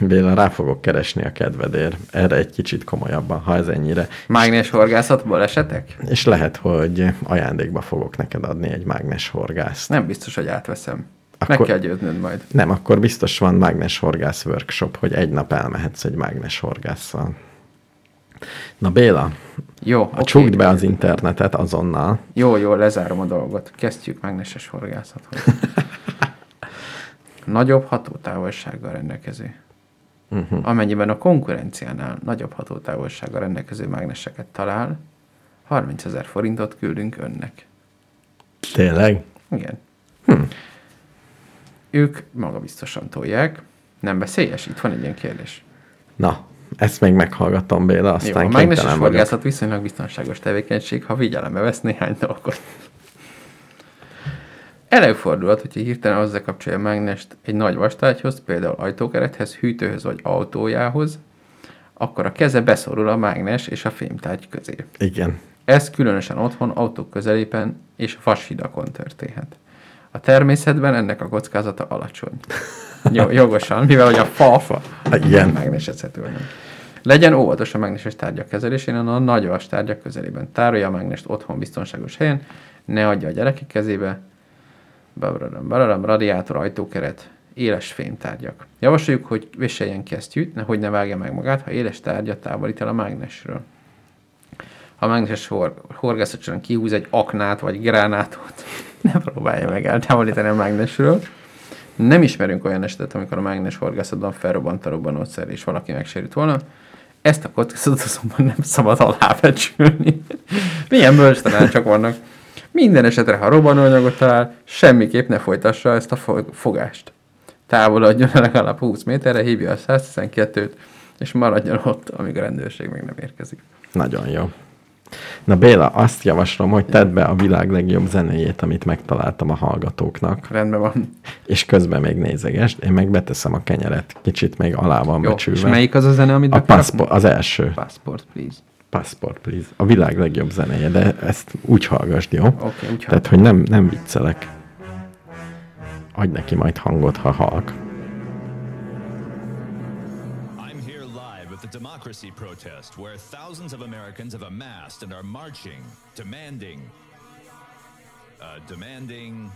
Béla, rá fogok keresni a kedvedért. Erre egy kicsit komolyabban, ha ez ennyire.
Mágnes horgászatból esetek?
És lehet, hogy ajándékba fogok neked adni egy mágnes horgászt.
Nem biztos, hogy átveszem. Meg
Akkor-
kell győznöd majd.
Nem, akkor biztos van mágnes horgász workshop, hogy egy nap elmehetsz egy mágnes horgásszal. Na Béla,
Jó, okay.
okay. csukd be az internetet azonnal.
Jó, jó, lezárom a dolgot. Kezdjük mágneses
[laughs]
horgászathoz. Nagyobb hatótávolsággal rendelkező.
Mhm.
Uh-huh. Amennyiben a konkurenciánál nagyobb hatótávolsággal rendelkező mágneseket talál, 30 ezer forintot küldünk önnek.
Tényleg?
Igen.
Hm.
Ők magabiztosan tolják. Nem veszélyes? Itt van egy ilyen kérdés.
Na, ezt még meghallgatom Béla, aztán
Jó, a
Jó,
mágneses
kénytelen vagyok.
horgászat viszonylag biztonságos tevékenység, ha figyelembe vesz néhány dolgot. Előfordulhat, hogyha hirtelen hozzá kapcsolja a mágnest egy nagy vastágyhoz, például ajtókerethez, hűtőhöz vagy autójához, akkor a keze beszorul a mágnes és a fémtárgy közé.
Igen.
Ez különösen otthon, autók közelében és vashidakon történhet. A természetben ennek a kockázata alacsony. Jó, jogosan, mivel hogy a fa, fa
Igen.
mágnesezhető anyag. Legyen óvatos a mágneses tárgyak kezelésén, a nagy vas tárgyak közelében. Tárolja a mágnest otthon biztonságos helyen, ne adja a gyerekek kezébe, Babradam, baradam, radiátor, ajtókeret, éles fémtárgyak. Javasoljuk, hogy viseljen kesztyűt, nehogy ne vágja meg magát, ha éles tárgyat távolít el a mágnesről. Ha a mágneses hor- horgászatcsoron kihúz egy aknát vagy gránátot, [laughs] ne próbálja meg eltávolítani a mágnesről. Nem ismerünk olyan esetet, amikor a mágnes horgászatban felrobbant a robbanószer, és valaki megsérült volna. Ezt a kockázatot azonban nem szabad alábecsülni. [laughs] Milyen bölcs tanácsok vannak. Minden esetre, ha robbanóanyagot talál, semmiképp ne folytassa ezt a fo- fogást. Távolodjon el legalább 20 méterre, hívja a 112-t, és maradjon ott, amíg a rendőrség még nem érkezik.
Nagyon jó. Na Béla, azt javaslom, hogy tedd be a világ legjobb zenéjét, amit megtaláltam a hallgatóknak,
Rendben van.
és közben még nézegesd, én meg beteszem a kenyeret, kicsit még alá van
Jó, és
becsülve.
melyik az a zene, amit
A
be kell rakni?
passport, az első.
Passport, please.
Passport, please. A világ legjobb zenéje, de ezt úgy hallgassd, jó? Oké,
Oké, úgy
Tehát, hogy nem, nem viccelek. Adj neki majd hangot, ha halk.
I'm here live at the democracy protest where thousands of Americans have amassed and are marching, demanding, uh, demanding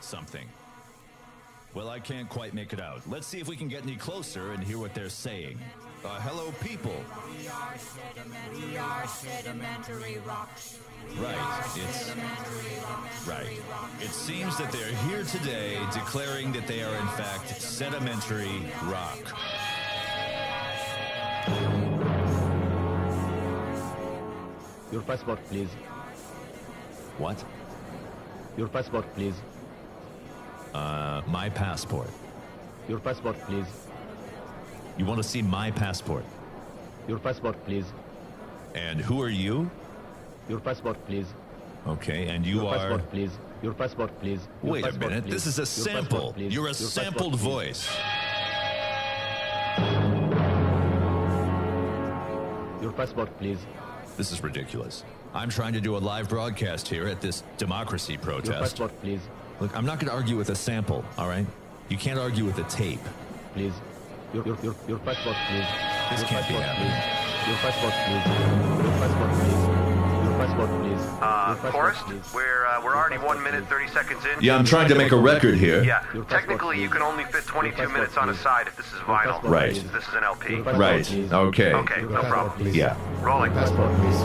something. Well, I can't quite make it out. Let's see if we can get any closer and hear what they're saying. Uh, hello, people.
We are sedimentary rocks.
Right. It's right. It seems that they're here today declaring that they are in fact sedimentary rock.
Your passport, please.
What?
Your passport, please.
Uh, my passport.
Your passport, please.
You want to see my passport?
Your passport, please.
And who are you?
Your passport, please.
Okay, and you
Your
are.
passport, please. Your passport, please. Your
Wait a
passport,
minute,
please.
this is a
Your passport,
sample.
please.
You're a
Your passport,
sampled
please.
voice.
Your passport, please.
This is ridiculous. I'm trying to do a live broadcast here at this democracy
Your
protest.
passport, please.
Look, I'm not going to argue with a sample, all right? You can't argue with a tape.
Please. Your your your, your passport, please.
This
your
can't be
passport,
happening.
please. Your passport, please. Your passport, please. Your passport, please. Your
Uh,
passport,
Forrest,
please.
we're uh, we're already one minute thirty seconds in.
Yeah, I'm trying to make a record here.
Yeah.
Your passport,
Technically, you
please.
can only fit
Your
twenty-two
passport,
minutes on a
please.
side if this is
Your
vinyl.
passport,
Right.
please.
This is an LP.
Your passport,
Right.
please.
Okay.
Okay, no problem.
Yeah.
Rolling.
Passport, please.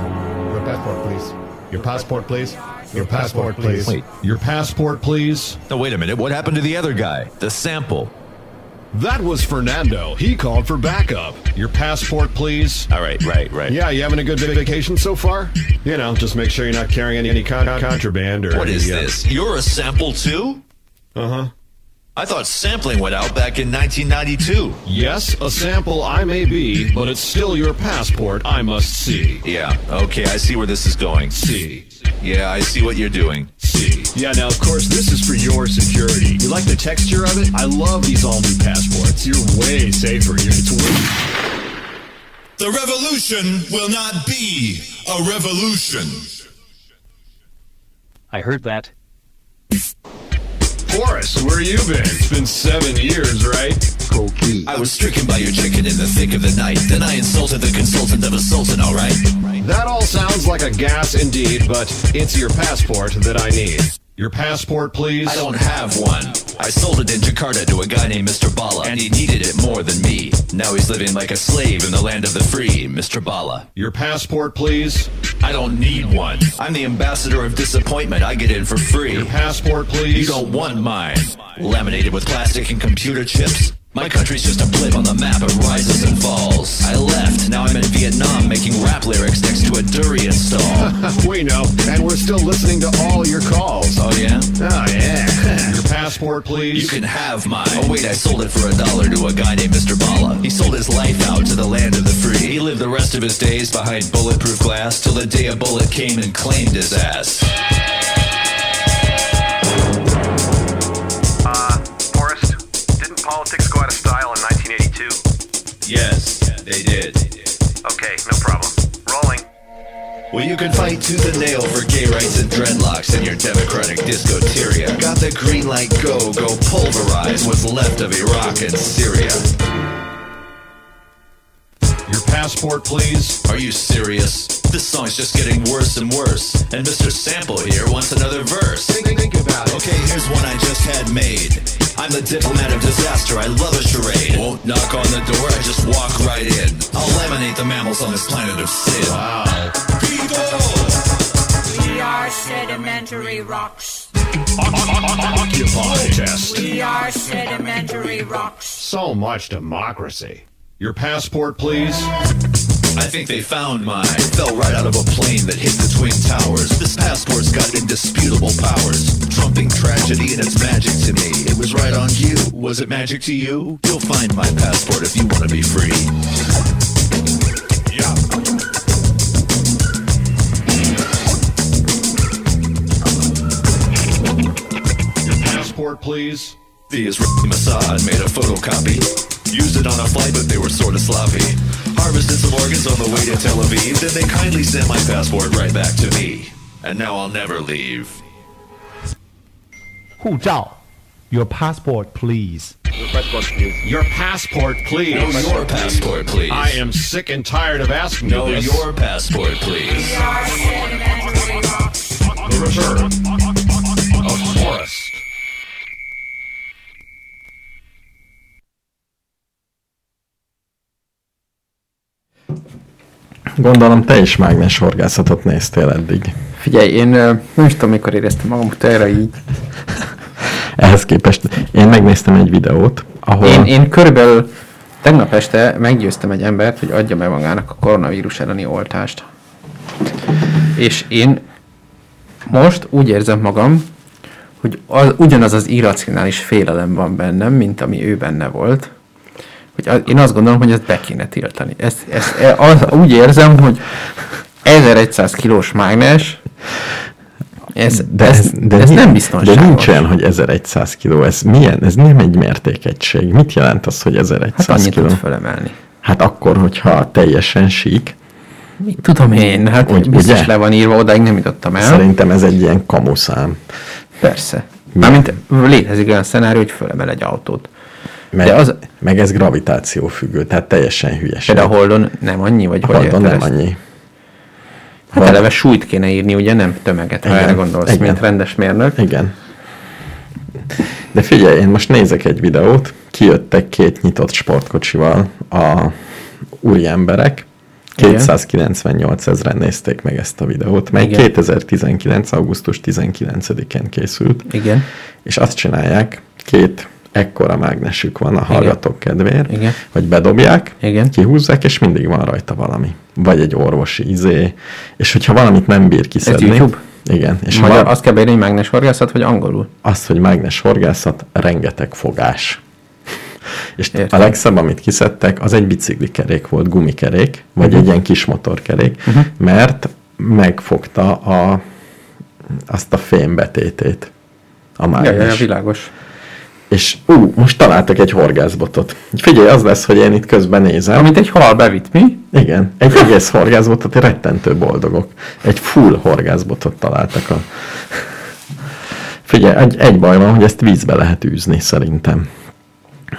Your passport, please. Your passport, please. Your passport, please.
Wait.
Your passport, please.
No, wait a minute. What happened to the other guy? The sample.
That was Fernando. He called for backup. Your passport, please.
All right, right, right.
Yeah, you having a good vacation so far? You know, just make sure you're not carrying any, any con- contraband or.
What
any,
is
uh,
this? You're a sample too?
Uh-huh.
I thought sampling went out back in 1992.
Yes, a sample I may be, but it's still your passport I must see.
Yeah, okay, I see where this is going.
See.
Yeah, I see what you're doing.
See. Yeah, now of course this is for your security. You like the texture of it? I love these all new passports. You're way safer. You're, it's way-
The revolution will not be a revolution.
I heard that.
Horace, where you been? It's been seven years, right?
I was stricken by your chicken in the thick of the night. Then I insulted the consultant of a sultan, alright?
That all sounds like a gas indeed, but it's your passport that I need. Your passport, please.
I don't have one. I sold it in Jakarta to a guy named Mr. Bala, and he needed it more than me. Now he's living like a slave in the land of the free, Mr. Bala.
Your passport, please.
I don't need one. I'm the ambassador of disappointment. I get in for free.
Passport, please.
You don't want mine. Laminated with plastic and computer chips. My country's just a blip on the map. It rises and falls. I left. Now I'm in Vietnam making rap lyrics next to a durian stall.
[laughs] We know, and we're still listening to all your calls.
oh yeah?
Oh yeah. Your passport, please.
You can have mine. Oh wait, I sold it for a dollar to a guy named Mr. Bala. He sold his life out to the land of the free. He lived the rest of his days behind bulletproof glass till the day a bullet came and claimed his ass.
Uh, Forrest, didn't politics go out of style in 1982?
Yes, they did.
Okay, no problem. Rolling.
Well, you can fight tooth and nail for gay rights and dreadlocks in your democratic discoteria. Got the green light, go, go pulverize what's left of Iraq and Syria.
Your passport, please.
Are you serious? This song's just getting worse and worse, and Mr. Sample here wants another verse.
Think about
Okay, here's one I just had made. I'm the diplomat of disaster. I love a charade. Won't knock on the door. I just walk right in. I'll laminate the mammals on this planet of sin. Wow. People,
We are sedimentary rocks.
Occupy test.
We are sedimentary rocks.
So much democracy. Your passport, please.
I think they found mine. Fell right out of a plane that hit the twin towers. This passport's got indisputable powers. Trumping tragedy and it's magic to me. It was right on you. Was it magic to you? You'll find my passport if you want to be free. Yeah.
Passport, please.
The Israeli Mossad made a photocopy. Used it on a flight, but they were sort of sloppy. Harvested some organs on the way to Tel Aviv. Then they kindly sent my passport right back to me. And now I'll never leave.
护照，Your passport, please.
Your passport, please.
Your passport, please.
No, your passport, please.
I am sick and tired of asking
No,
you this.
your passport, please.
We are sedimentary rocks.
the return of Forrest.
Gondolom te is mágnes horgászatot néztél eddig.
Figyelj, én ö, nem is tudom, mikor éreztem magam utoljára így.
Ehhez képest én megnéztem egy videót, ahol...
Én, én körülbelül tegnap este meggyőztem egy embert, hogy adja meg magának a koronavírus elleni oltást. És én most úgy érzem magam, hogy az, ugyanaz az irracionális félelem van bennem, mint ami ő benne volt. Hogy a, én azt gondolom, hogy ezt be kéne tiltani. Ezt, ezt, e- az, úgy érzem, hogy 1100 kilós mágnes, ez, de ez, ez, de ez
mi-
nem biztonságos.
De nincsen, hogy 1100 kiló. Ez milyen? Ez nem egy mértékegység. Mit jelent az, hogy
Hát
1100
annyit
kiló?
tud fölemelni.
Hát akkor, hogyha teljesen sík,
Mit tudom én, hát
Úgy,
Úgy, biztos
ugye?
le van írva, odáig nem jutottam el.
szerintem ez egy ilyen kamuszám.
Persze. Mármint létezik olyan szenárió, hogy fölemel egy autót.
Meg,
De az-
meg ez gravitáció függő, tehát teljesen hülyeség.
Például a Holdon nem annyi, vagy hogy
Pardon,
érted
nem
ezt?
annyi.
Hát eleve súlyt kéne írni, ugye nem tömeget, ha
Igen,
erre gondolsz,
igen.
mint rendes mérnök.
Igen. De figyelj, én most nézek egy videót, kijöttek két nyitott sportkocsival a úri emberek,
Igen.
298 ezeren nézték meg ezt a videót, mely
Igen.
2019. augusztus 19-én készült,
Igen.
és azt csinálják, két ekkora mágnesük van a hallgatók kedvéért,
Igen.
hogy bedobják,
Igen.
kihúzzák, és mindig van rajta valami. Vagy egy orvosi izé, és hogyha valamit nem bír kiszedni...
YouTube?
Igen. És
Magyar,
magyar,
azt kell beírni, hogy mágnes horgászat, vagy angolul.
az, hogy mágnes horgászat, rengeteg fogás. És
Értem.
a legszebb, amit kiszedtek, az egy biciklikerék volt, gumikerék, vagy egy ilyen kis motorkerék, mert megfogta a azt a fémbetétét. A
Ja, ja, ja,
mágnes.
világos.
És ú, most találtak egy horgászbotot. Figyelj, az lesz, hogy én itt közben nézem.
Amit egy hal bevitt, mi?
Igen, egy egész horgászbotot, rettentő boldogok. Egy full horgászbotot találtak a... Figyelj, egy, egy baj van, hogy ezt vízbe lehet űzni, szerintem.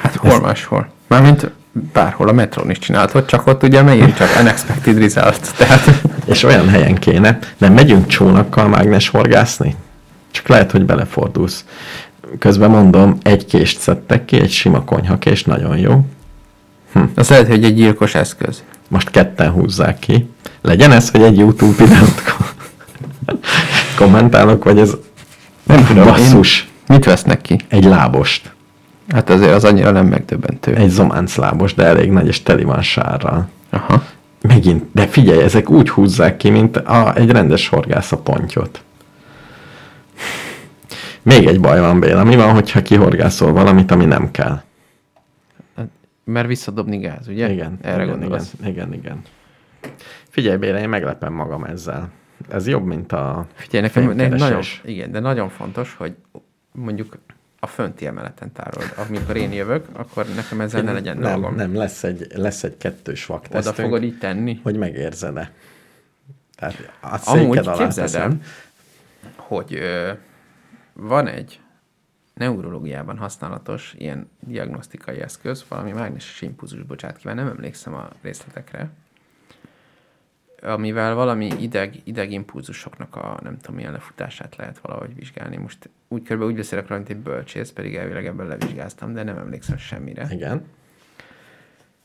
Hát hol Ezt... máshol? Mármint bárhol a metrón is csinálhatod, csak ott ugye megint csak unexpected result. Tehát
[laughs] És olyan helyen kéne. Nem megyünk csónakkal mágnes horgászni? Csak lehet, hogy belefordulsz. Közben mondom, egy kést szedtek ki, egy sima konyhakés, nagyon jó.
az lehet, hogy egy gyilkos eszköz.
Most ketten húzzák ki. Legyen ez, hogy egy YouTube videót ko- kommentálok, vagy ez
Nem tudom,
basszus.
Én... Mit vesznek ki?
Egy lábost.
Hát azért az annyira nem megdöbbentő.
Egy zománc lábos, de elég nagy, és teli van sárral.
Aha.
Megint, de figyelj, ezek úgy húzzák ki, mint a, egy rendes horgász a pontyot. Még egy baj van, Béla. Mi van, hogyha kihorgászol valamit, ami nem kell?
Mert visszadobni gáz, ugye?
Igen.
Erre
igen, igen,
gondolsz.
igen, igen. Figyelj, Béla, én meglepem magam ezzel. Ez jobb, mint a
Figyelj, nekem ne,
fénykeresés.
nagyon, igen, de nagyon fontos, hogy mondjuk a fönti emeleten tárold. Amikor én jövök, akkor nekem ezzel ne legyen
nem,
dolgom.
nem, lesz egy, lesz egy kettős vaktesztünk.
Oda fogod így tenni,
hogy megérzed-e. Tehát a széked
Amúgy
alá
képzeld
teszed.
el, hogy ö, van egy neurológiában használatos ilyen diagnosztikai eszköz, valami mágneses impulzus, bocsát ki, már nem emlékszem a részletekre, amivel valami ideg, idegimpulzusoknak a nem tudom milyen lefutását lehet valahogy vizsgálni. Most úgy körülbelül úgy beszélek rá, mint egy bölcsész, pedig elvileg ebben levizsgáztam, de nem emlékszem semmire
Igen.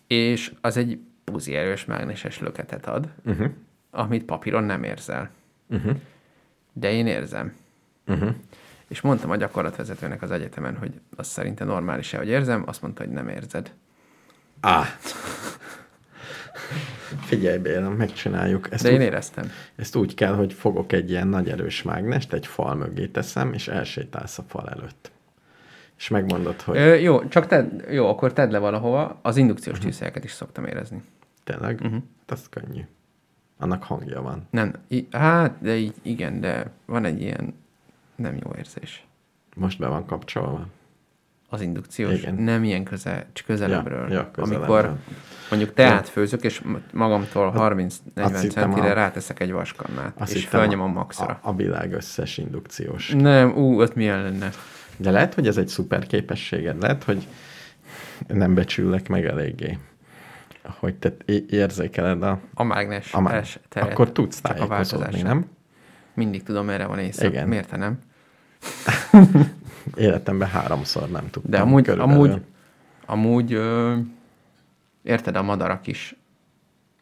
és az egy buzi erős mágneses löketet ad, uh-huh. amit papíron nem érzel. Uh-huh. De én érzem. Uh-huh. És mondtam a gyakorlatvezetőnek az egyetemen, hogy az szerintem normális-e, hogy érzem, azt mondta, hogy nem érzed.
Á. Figyelj, Béla, megcsináljuk. Ezt
De én
úgy,
éreztem.
ezt úgy kell, hogy fogok egy ilyen nagy erős mágnest, egy fal mögé teszem, és elsétálsz a fal előtt. És megmondod, hogy
Ö, jó, csak tedd, jó, akkor tedd le valahova. Az indukciós uh-huh. tűzszereket is szoktam érezni.
tényleg,
Mhm.
uh-huh. az könnyű. Annak hangja van.
Nem, í- hát, de így, igen, de van egy ilyen nem jó érzés.
Most be van kapcsolva.
Az indukciós,
Igen.
igen. nem ilyen közel, csak közelebbről.
Ja, ja, közelebbről.
Amikor mondjuk teát főzök, és m- magamtól 30-40
hittem
centire
a-
ráteszek egy vaskannát,
Azt
és
hittem,
fölnyomom maxra. Mm.
A, a világ összes indukciós.
Nem, ú, ott milyen lenne.
De lehet, hogy ez egy szuper képességed, lehet, hogy nem becsüllek meg eléggé. Hogy te é- érzékeled a,
A mágnes
a má-
es- teret,
Akkor tudsz
csak a
tájékozódni,
változásra.
nem?
Mindig tudom, erre van észre.
Igen.
Igen. Miért te nem?
Életemben háromszor nem tudtam.
De amúgy,
körülbelül.
amúgy, amúgy ö, érted, a madarak is.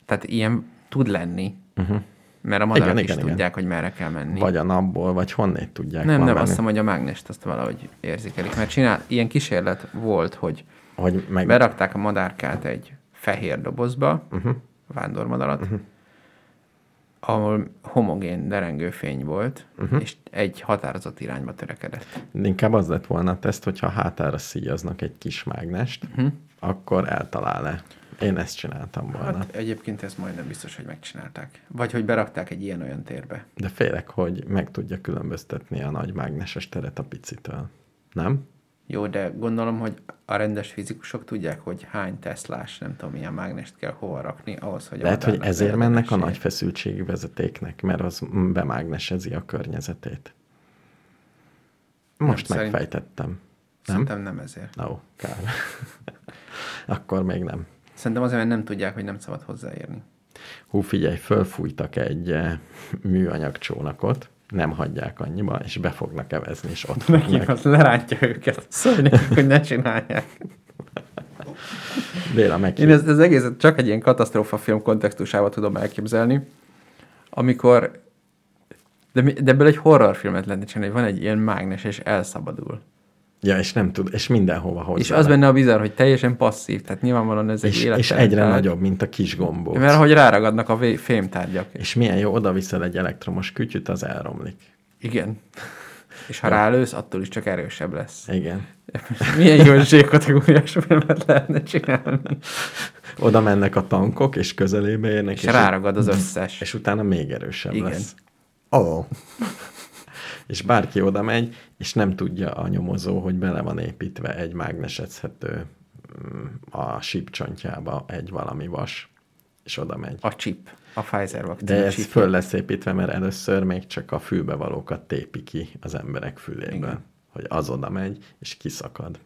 Tehát ilyen tud lenni. Uh-huh. Mert a madarak
Mhm. Igen,
igen,
igen,
is igen,
igen.
tudják, hogy merre kell menni.
Vagy a napból, vagy honnét tudják. van
Nem, nem, azt
bennük,
hiszem, hogy a mágnest azt valahogy érzékelik. Mert csinál, ilyen kísérlet volt, hogy
hogy meg...
berakták a madárkát egy fehér dobozba, uh-huh. vándormadarat, uh-huh. ahol homogén derengőfény volt, uh-huh. és egy határozott irányba törekedett.
Inkább az lett volna a teszt, hogyha hátára szíjaznak egy kis mágnest,
Mhm.
uh-huh. akkor eltalál-e. Én ezt csináltam volna. Hát...
Hát egyébként ez majdnem biztos, hogy megcsinálták. Vagy hogy berakták egy ilyen-olyan térbe.
De félek, hogy meg tudja különböztetni a nagy mágneses teret a picitől. Nem?
Jó, de gondolom, hogy a rendes fizikusok tudják, hogy hány teszlás, nem tudom, milyen mágnest kell hova rakni ahhoz, hogy a
Lehet, hogy
madárnak
ezért
legyen
mennek a
esélye.
nagy feszültségű vezetéknek, mert az m- bemágnesezi a környezetét. Most
Nem, szerint-
megfejtettem. Nem?
Szerintem nem ezért.
Ó, kár. [laughs] Akkor még nem.
Szerintem azért, mert nem tudják, hogy nem szabad hozzáérni.
Hú, figyelj, fölfújtak egy eh, műanyag csónakot, nem hagyják annyiba, és be fognak evezni, és ott
Nekik
fognak.
az lerántja őket. [laughs] Szólj nekik, hogy ne csinálják.
Béla, meg
Én ezt az egészet csak egy ilyen katasztrófa film kontextusába tudom elképzelni, amikor de, mi- de ebből egy horrorfilmet lehetne csinálni, hogy van egy ilyen mágnes, és elszabadul.
Ja, és nem tud, és mindenhova hozzá.
És az benne a bizarr, hogy teljesen passzív, tehát nyilvánvalóan ez egy
és,
élettelen
és egyre
tárgy.
nagyobb, mint a kis gombóc.
Mert hogy ráragadnak a vé- fémtárgyak.
És milyen jó, oda viszel egy elektromos kütyüt, az elromlik.
Igen. És ha rálősz, attól is csak erősebb lesz.
Igen.
Milyen jó zsékategóriás filmet lehetne csinálni.
Oda mennek a tankok, és közelébe érnek,
És ráragad az összes.
és utána még erősebb
Igen.
lesz. Ó. Oh. [laughs] és bárki oda megy, és nem tudja a nyomozó, hogy bele van építve egy mágnesezhető mm, a sípcsontjába egy valami vas, és oda megy.
A chip, a Pfizer vakcina
De ez
chip.
föl lesz építve, mert először még csak a fülbe valókat tépi ki az emberek füléből,
Igen.
hogy az oda megy, és kiszakad.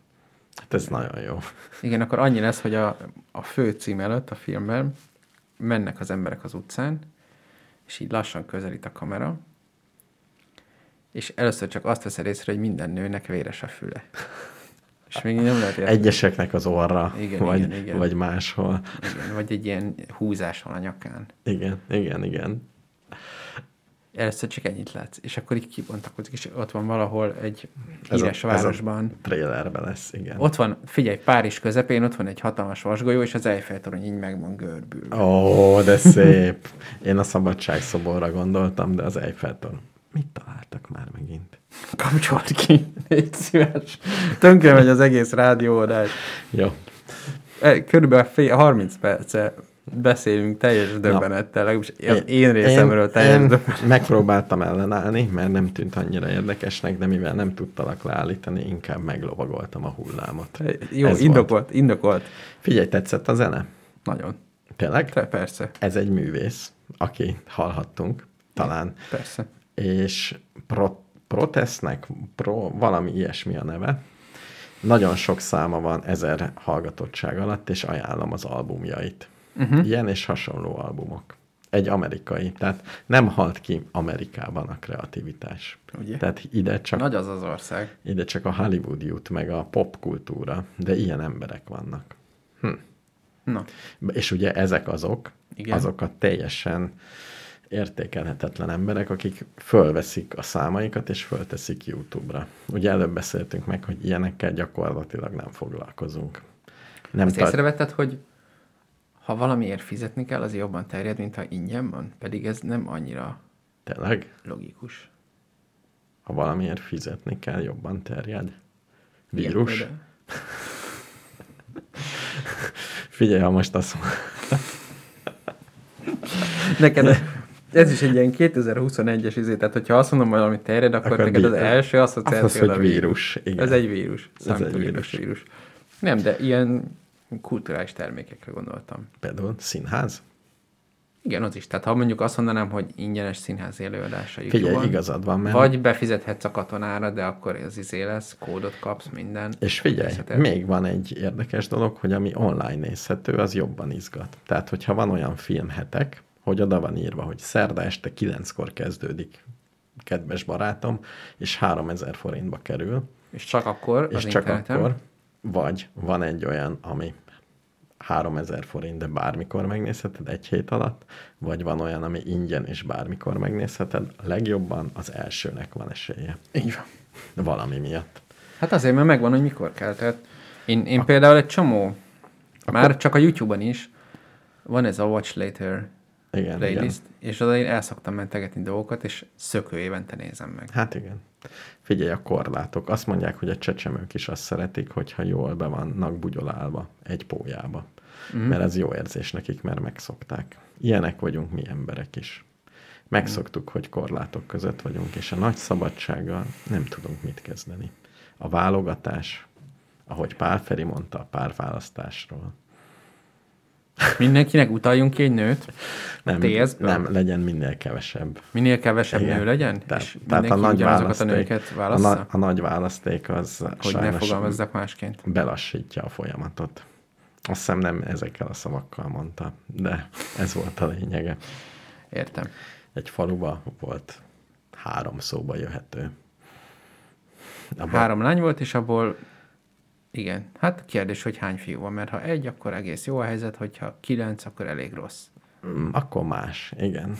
Hát ez nagyon jó.
Igen, akkor annyi lesz, hogy a, a fő cím előtt a filmben mennek az emberek az utcán, és így lassan közelít a kamera, és először csak azt veszed észre, hogy minden nőnek véres a füle. És még nem lehet érteni.
Egyeseknek az orra,
Igen,
vagy,
igen, igen.
vagy máshol.
Igen, vagy egy ilyen húzás van a nyakán.
Igen, igen, igen.
Először csak ennyit látsz, és akkor így kibontakozik, és ott van valahol egy
Ez a-
híres
ez a
városban.
Trailerben lesz, igen.
Ott van, figyelj, Párizs közepén ott van egy hatalmas vasgolyó, és az Eiffel torony így meg van görbülve.
Ó, oh, de szép. Én a szabadságszoborra gondoltam, de az Eiffelton. Mit találtak már megint?
Kapcsolt ki, légy szíves. Tönkre megy az egész rádióadás.
Jó.
E, Körülbelül fél, 30 perce beszélünk teljes döbbenettel, legalábbis az én részemről teljes
én
döbbenet.
megpróbáltam ellenállni, mert nem tűnt annyira érdekesnek, de mivel nem tudtalak leállítani, inkább meglovagoltam a hullámot.
Jó,
Ez
indokolt,
volt.
indokolt.
Figyelj, tetszett a zene?
Nagyon.
Tényleg?
Te persze,
Ez egy művész, aki hallhattunk, talán.
persze.
és pro, protestnek, pro, valami ilyesmi a neve. Nagyon sok száma van ezer hallgatottság alatt, és ajánlom az albumjait. Uh-huh. Ilyen és hasonló albumok. Egy amerikai, tehát nem halt ki Amerikában a kreativitás.
Ugye?
Tehát ide csak,
Nagy az az ország.
ide csak a Hollywood jut, meg a popkultúra, de ilyen emberek vannak. Hm.
Na,
És ugye ezek azok,
Igen.
Igen. azok a teljesen értékelhetetlen emberek, akik fölveszik a számaikat, és fölteszik YouTube-ra. Ugye előbb beszéltünk meg, hogy ilyenekkel gyakorlatilag nem foglalkozunk. Nem
azt
tart-
észrevetted, hogy ha valamiért fizetni kell, az jobban terjed, mint ha ingyen van? Pedig ez nem annyira
Tényleg?
logikus.
Ha valamiért fizetni kell, jobban terjed.
Ilyen
Vírus?
például.
Figyelj, ha most azt
Neked ez is egy ilyen 2021-es izé, tehát hogyha azt mondom, hogy valami terjed, akkor,
Akkor
akkor neked az
vírus.
első asszociáció
az, hogy
a
vírus. Igen.
Ez egy vírus.
Ez egy
Számítógépes vírus.
vírus.
Nem, de ilyen kulturális termékekre gondoltam.
Például színház?
Igen, az is. Tehát ha mondjuk azt mondanám, hogy ingyenes színház előadása
Figyelj,
YouTube-on,
igazad van, mert-
Vagy befizethetsz a katonára, de akkor ez izé lesz, kódot kapsz, minden.
És figyelj,
Nézheted.
még van egy érdekes dolog, hogy ami online nézhető, az jobban izgat. Tehát, hogyha van olyan filmhetek, hogy oda van írva, hogy szerda este kilenckor kezdődik, kedves barátom, és 3000 forintba kerül,
És csak akkor
és
az
csak
interneten.
akkor, vagy van egy olyan, ami 3000 forint, de bármikor megnézheted egy hét alatt, vagy van olyan, ami ingyen, és bármikor megnézheted, a legjobban az elsőnek van esélye. Így van. Valami miatt.
Hát azért, mert megvan, hogy mikor kell. Tehát én, én például egy csomó, már csak a YouTube-on is van ez a Watch Later
Igen,
playlist, és oda én el szoktam mentegetni dolgokat, és szökő évente nézem meg.
Hát igen. Figyelj, a korlátok. Azt mondják, hogy a csecsemők is azt szeretik, hogyha jól be vannak bugyolálva egy pólyába.
Mhm.
Mm. Mert ez jó érzés nekik, mert megszokták. Ilyenek vagyunk mi emberek is. Megszoktuk, hogy korlátok között vagyunk, és a nagy szabadsággal nem tudunk mit kezdeni. A válogatás, ahogy Pál Feri mondta a párválasztásról.
Mindenkinek utaljunk ki egy nőt,
Nem,
TS-ből?
nem legyen minél kevesebb.
minél kevesebb
Igen.
nő legyen,
Tehát,
és
tehát
mindenki
a nagy
ugyanazokat a
választék,
nőket
a,
válassza,
na, a nagy választék az
hogy ne
sajnos
fogalmazzak másként.
belassítja a folyamatot. Azt hiszem nem ezekkel a szavakkal mondta, de ez volt a lényege.
Értem.
Egy faluba volt három szóba jöhető. Abba,
Három lány volt, és abból igen, hát kérdés, hogy hány fiú van, mert ha egy, akkor egész jó a helyzet, hogyha kilenc, akkor elég rossz.
Mm, Akkor más, igen.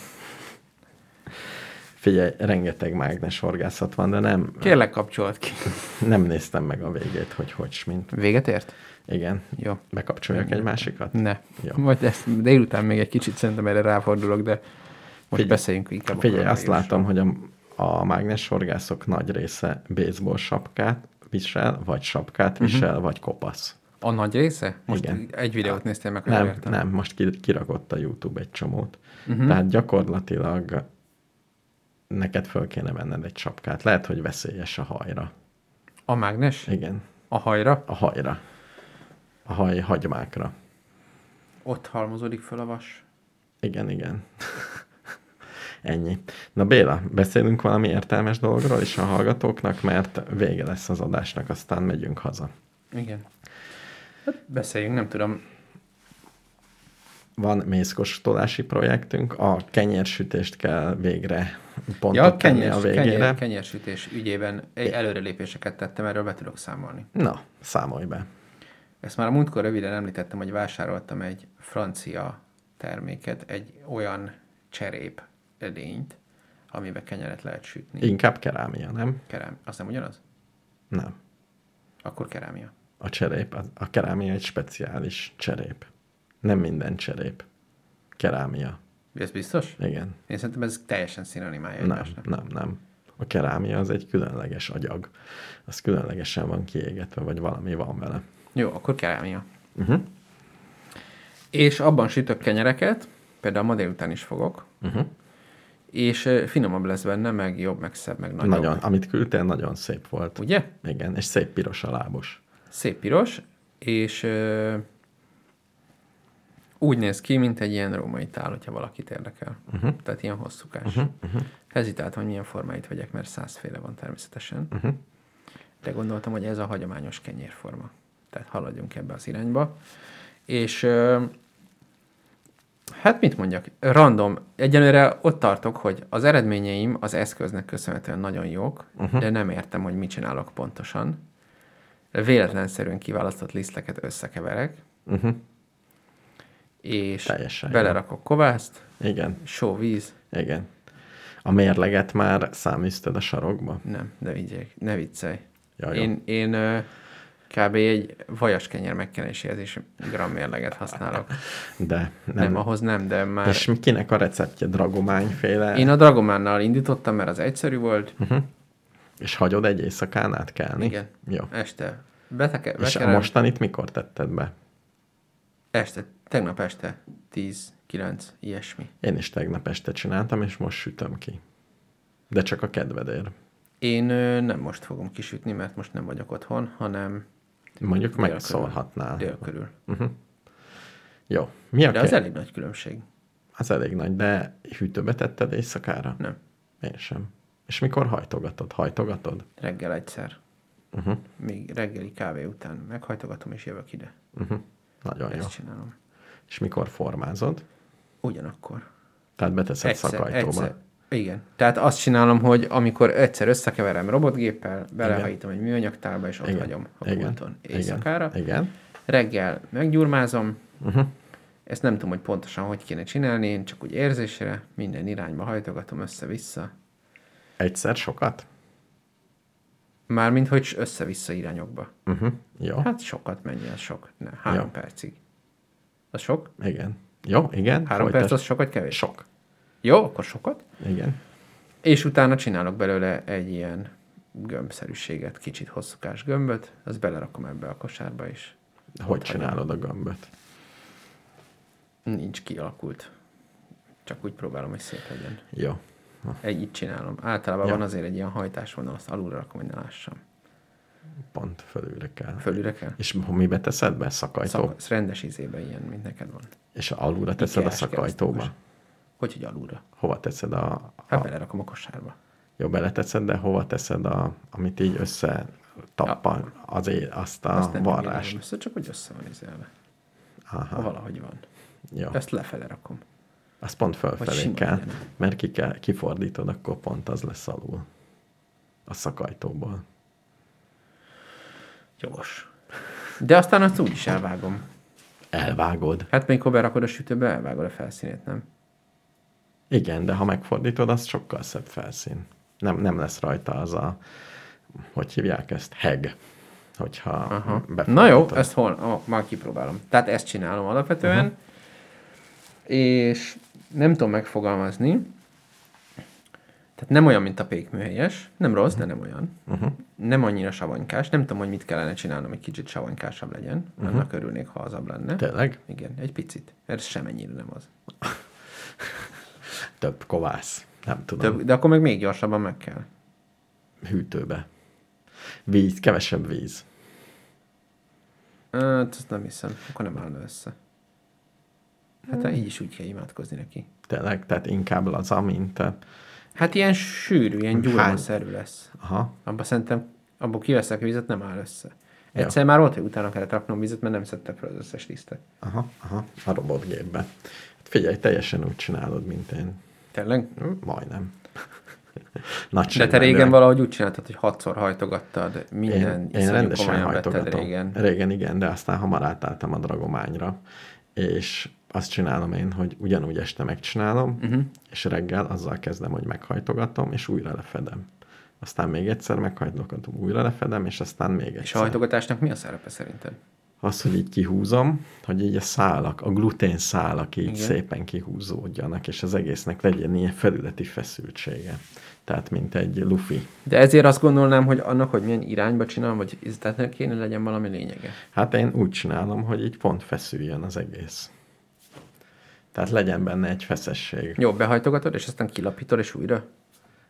Figyelj, rengeteg mágnes horgászat van, de nem,
Kérlek, kapcsolt ki.
nem néztem meg a végét, hogy hogy s mint.
Véget ért?
Igen.
Jó.
Bekapcsoljak egy másikat?
Ne.
Jó.
Majd ezt délután még egy kicsit szerintem erre ráfordulok, de most
Figyelj.
beszéljünk inkább. a
Figyelj, azt
koronavírusról.
látom, hogy a, a mágnes horgászok nagy része baseball sapkát visel, vagy
Mhm.
sapkát visel, uh-huh. vagy kopasz.
A nagy része? Most
Igen.
egy videót néztél meg, ha jól
Nem,
értem. Mhm.
nem, most ki- kirakott a YouTube egy csomót. Uh-huh. Tehát gyakorlatilag neked föl kéne venned egy sapkát. Lehet, hogy veszélyes a hajra.
A mágnes?
Igen.
A hajra?
A hajra. A haj hagymákra.
Ott halmozódik föl a vas.
Igen, igen. [laughs] Ennyi. Na Béla, beszélünk valami értelmes dologról is a hallgatóknak, mert vége lesz az adásnak, aztán megyünk haza.
Igen. Hát beszéljünk, nem tudom.
Van mészkóstolási projektünk, a kenyérsütést kell végre pontot
Ja,
ja,
kenyér,
tenni a végére.
kenyér, kenyérsütés ügyében egy előrelépéseket tettem, erről be tudok számolni.
Na, számolj be.
Ezt már a múltkor röviden említettem, hogy vásároltam egy francia terméket, egy olyan cserép edényt, amiben kenyeret lehet sütni.
Inkább kerámia, nem?
Kerám. Azt nem ugyanaz?
Nem.
Akkor kerámia.
A cserép, a- a kerámia egy speciális cserép. Nem minden cserép. Kerámia.
Ez biztos?
Igen.
Én szerintem ez teljesen szinonimája
Nem,
egymásnak.
nem, nem. A kerámia az egy különleges agyag. Az különlegesen van kiégetve, vagy valami van vele.
Jó, akkor kerámia.
Uh-huh.
És abban sütök kenyereket, például ma délután is fogok,
Uh-huh.
és ö, finomabb lesz benne, meg jobb, meg szebb, meg nagyobb.
Nagyon, amit küldtél, nagyon szép volt.
Ugye?
Igen, és szép piros a lábos.
Szép piros, és ö, úgy néz ki, mint egy ilyen római tál, hogyha valakit érdekel.
Mhm.
Uh-huh. Tehát ilyen hosszúkás. Uh-huh. Uh-huh. Hezitáltam, hogy milyen formáit vegyek, mert százféle van természetesen. Uh-huh. De gondoltam, hogy ez a hagyományos kenyérforma. Tehát haladjunk ebbe az irányba. És ö, hát mit mondjak? Random. Egyelőre ott tartok, hogy az eredményeim az eszköznek köszönhetően nagyon jók, uh-huh. de nem értem, hogy mit csinálok pontosan véletlenszerűen kiválasztott liszteket összekeverek,
Uh-huh.
és
Teljesen jó.
belerakok kovászt,
Igen,
só víz,
igen. A mérleget már száműzted a sarokba?
nem, ne vigyék, ne viccelj.
Ja, jó.
én, én ö, kb. egy vajas kenyér megkenéséhez is grammérleget használok.
De [laughs] nem.
Nem, ahhoz nem, de már...
És mi- kinek a receptje? Dragományféle?
Én a Dragománnal indítottam, mert az egyszerű volt,
Mhm. És hagyod egy éjszakán át kelni?
igen,
Jó.
este. Beteke,
És a
bekerem-
mostanit mikor tetted be?
Este, tegnap este, 10, 9, ilyesmi.
Én is tegnap este csináltam, és most sütöm ki. De csak a kedvedért.
Én ö, nem most fogom kisütni, mert most nem vagyok otthon, hanem
Mondjuk
Dél
megszólhatnál.
dél körül.
Jó. Mi a
De
ke-
az elég nagy különbség.
az elég nagy, de hűtőbe tetted éjszakára?
Nem.
Én sem. És mikor hajtogatod? Hajtogatod?
Reggel egyszer.
Uh-huh.
Még reggeli kávé után meghajtogatom és jövök ide.
Uh-huh. Nagyon
Ezt
jó.
csinálom.
És mikor formázod?
Ugyanakkor.
Tehát beteszed szakajtóba.
Igen. Tehát azt csinálom, hogy amikor egyszer összekeverem robotgéppel, belehajítom egy műanyagtálba, és ott
Igen.
hagyom a
Igen.
pulton
Igen.
éjszakára.
Igen.
Reggel meggyurmázom. Uh-huh. Ezt nem tudom, hogy pontosan hogy kéne csinálni, én csak úgy érzésre minden irányba hajtogatom össze-vissza.
Egyszer sokat?
Mármint, hogy össze-vissza irányokba.
Uh-huh. Jó.
Hát sokat mennyi az sok. Ne, három
Jó.
percig. Az sok?
Igen. Jó, igen.
Három
Folytasd.
perc az sok vagy kevés?
Sok.
Jó, akkor sokat.
Igen.
És utána csinálok belőle egy ilyen gömbszerűséget, kicsit hosszúkás gömböt, azt belerakom ebbe a kosárba is.
Hogy csinálod a gömböt?
Nincs kialakult. Csak úgy próbálom, hogy szép legyen.
Jó.
Egy így csinálom. Általában
Ja.
van azért egy ilyen hajtásvonal, azt alulra rakom, hogy ne lássam.
Pont fölülre kell.
Fölülre kell?
És mibe teszed be? Szakajtó?
Szak, ez rendes izébe ilyen, mint neked van.
És alulra teszed
Ikeás,
a szakajtóba?
kiasztós. Hogy, hogy alulra?
Hova teszed a...
Hát
a
belerakom a kosárba.
jó, beleteszed, de hova teszed a... Amit így össze tappan, az é, azt a
Azt
azt
nem
varrást.
írnám Össze, csak hogy össze van izelve.
Aha,
Ha valahogy van.
jó.
Ezt lefele rakom.
Azt pont
Vagy
fölfelé
sima
kell,
legyen.
mert ki kell, kifordítod, akkor pont az lesz alul. A szakajtóból.
Jogos. De aztán azt úgy is elvágom.
Elvágod.
Hát még ha berakod a sütőbe, elvágod a felszínét, nem?
Igen, de ha megfordítod, az sokkal szebb felszín. Nem, nem lesz rajta az a, hogy hívják ezt, heg. Hogyha
Aha.
befordítod.
Na jó, ezt hol, ah, már kipróbálom. Tehát ezt csinálom alapvetően, uh-huh. és nem tudom megfogalmazni. Tehát nem olyan, mint a pékműhelyes, nem rossz, uh-huh. de nem olyan. Uh-huh. Nem annyira savanykás, nem tudom, hogy mit kellene csinálnom, hogy kicsit savankásabb legyen. Uh-huh. Annak örülnék, ha azabb lenne.
Tényleg?
Igen, egy picit. Ez semennyire nem az.
Több kovász. Nem tudom.
Több, de akkor meg még gyorsabban meg kell.
Hűtőbe. Víz, kevesebb víz.
Hát, azt nem hiszem. Akkor nem állna össze. Hát így is úgy kell imádkozni neki.
Tényleg, tehát inkább laza, mint a...
Hát ilyen sűrű, ilyen gyúrmanszerű lesz.
Aha.
Abba szerintem, abból kiveszek vizet, nem áll össze. Egyszer már volt, hogy utána kellett raknom vizet, mert nem szedtem fel az összes lisztet.
Aha, aha, a robotgépbe. Hát figyelj, teljesen úgy csinálod, mint én.
Tényleg?
Hm, Majdnem. Nagy
De te
semmelőre.
régen valahogy úgy csináltad, hogy hatszor hajtogattad, minden
Én, én
iszonyú
rendesen
komolyan vetted
hajtogatom.
régen.
régen, igen, de aztán hamar átálltam a dragományra, és azt csinálom én, hogy ugyanúgy este megcsinálom,
Mhm.
uh-huh. és reggel azzal kezdem, hogy meghajtogatom, és újra lefedem. Aztán még egyszer meghajtogatom, újra lefedem, és aztán még egyszer.
És a hajtogatásnak mi a szerepe szerinted?
az, hogy így kihúzom, hogy így a szálak, a glutén szálak így Igen.
Igen.
szépen kihúzódjanak, és az egésznek legyen ilyen felületi feszültsége. Tehát, mint egy lufi.
De ezért azt gondolnám, hogy annak, hogy milyen irányba csinálom, vagy izletnek kéne legyen valami lényege.
Hát én úgy csinálom, hogy így pont feszüljön az egész. Tehát legyen benne egy feszesség.
Jó, behajtogatod, és aztán kilapítod, és újra.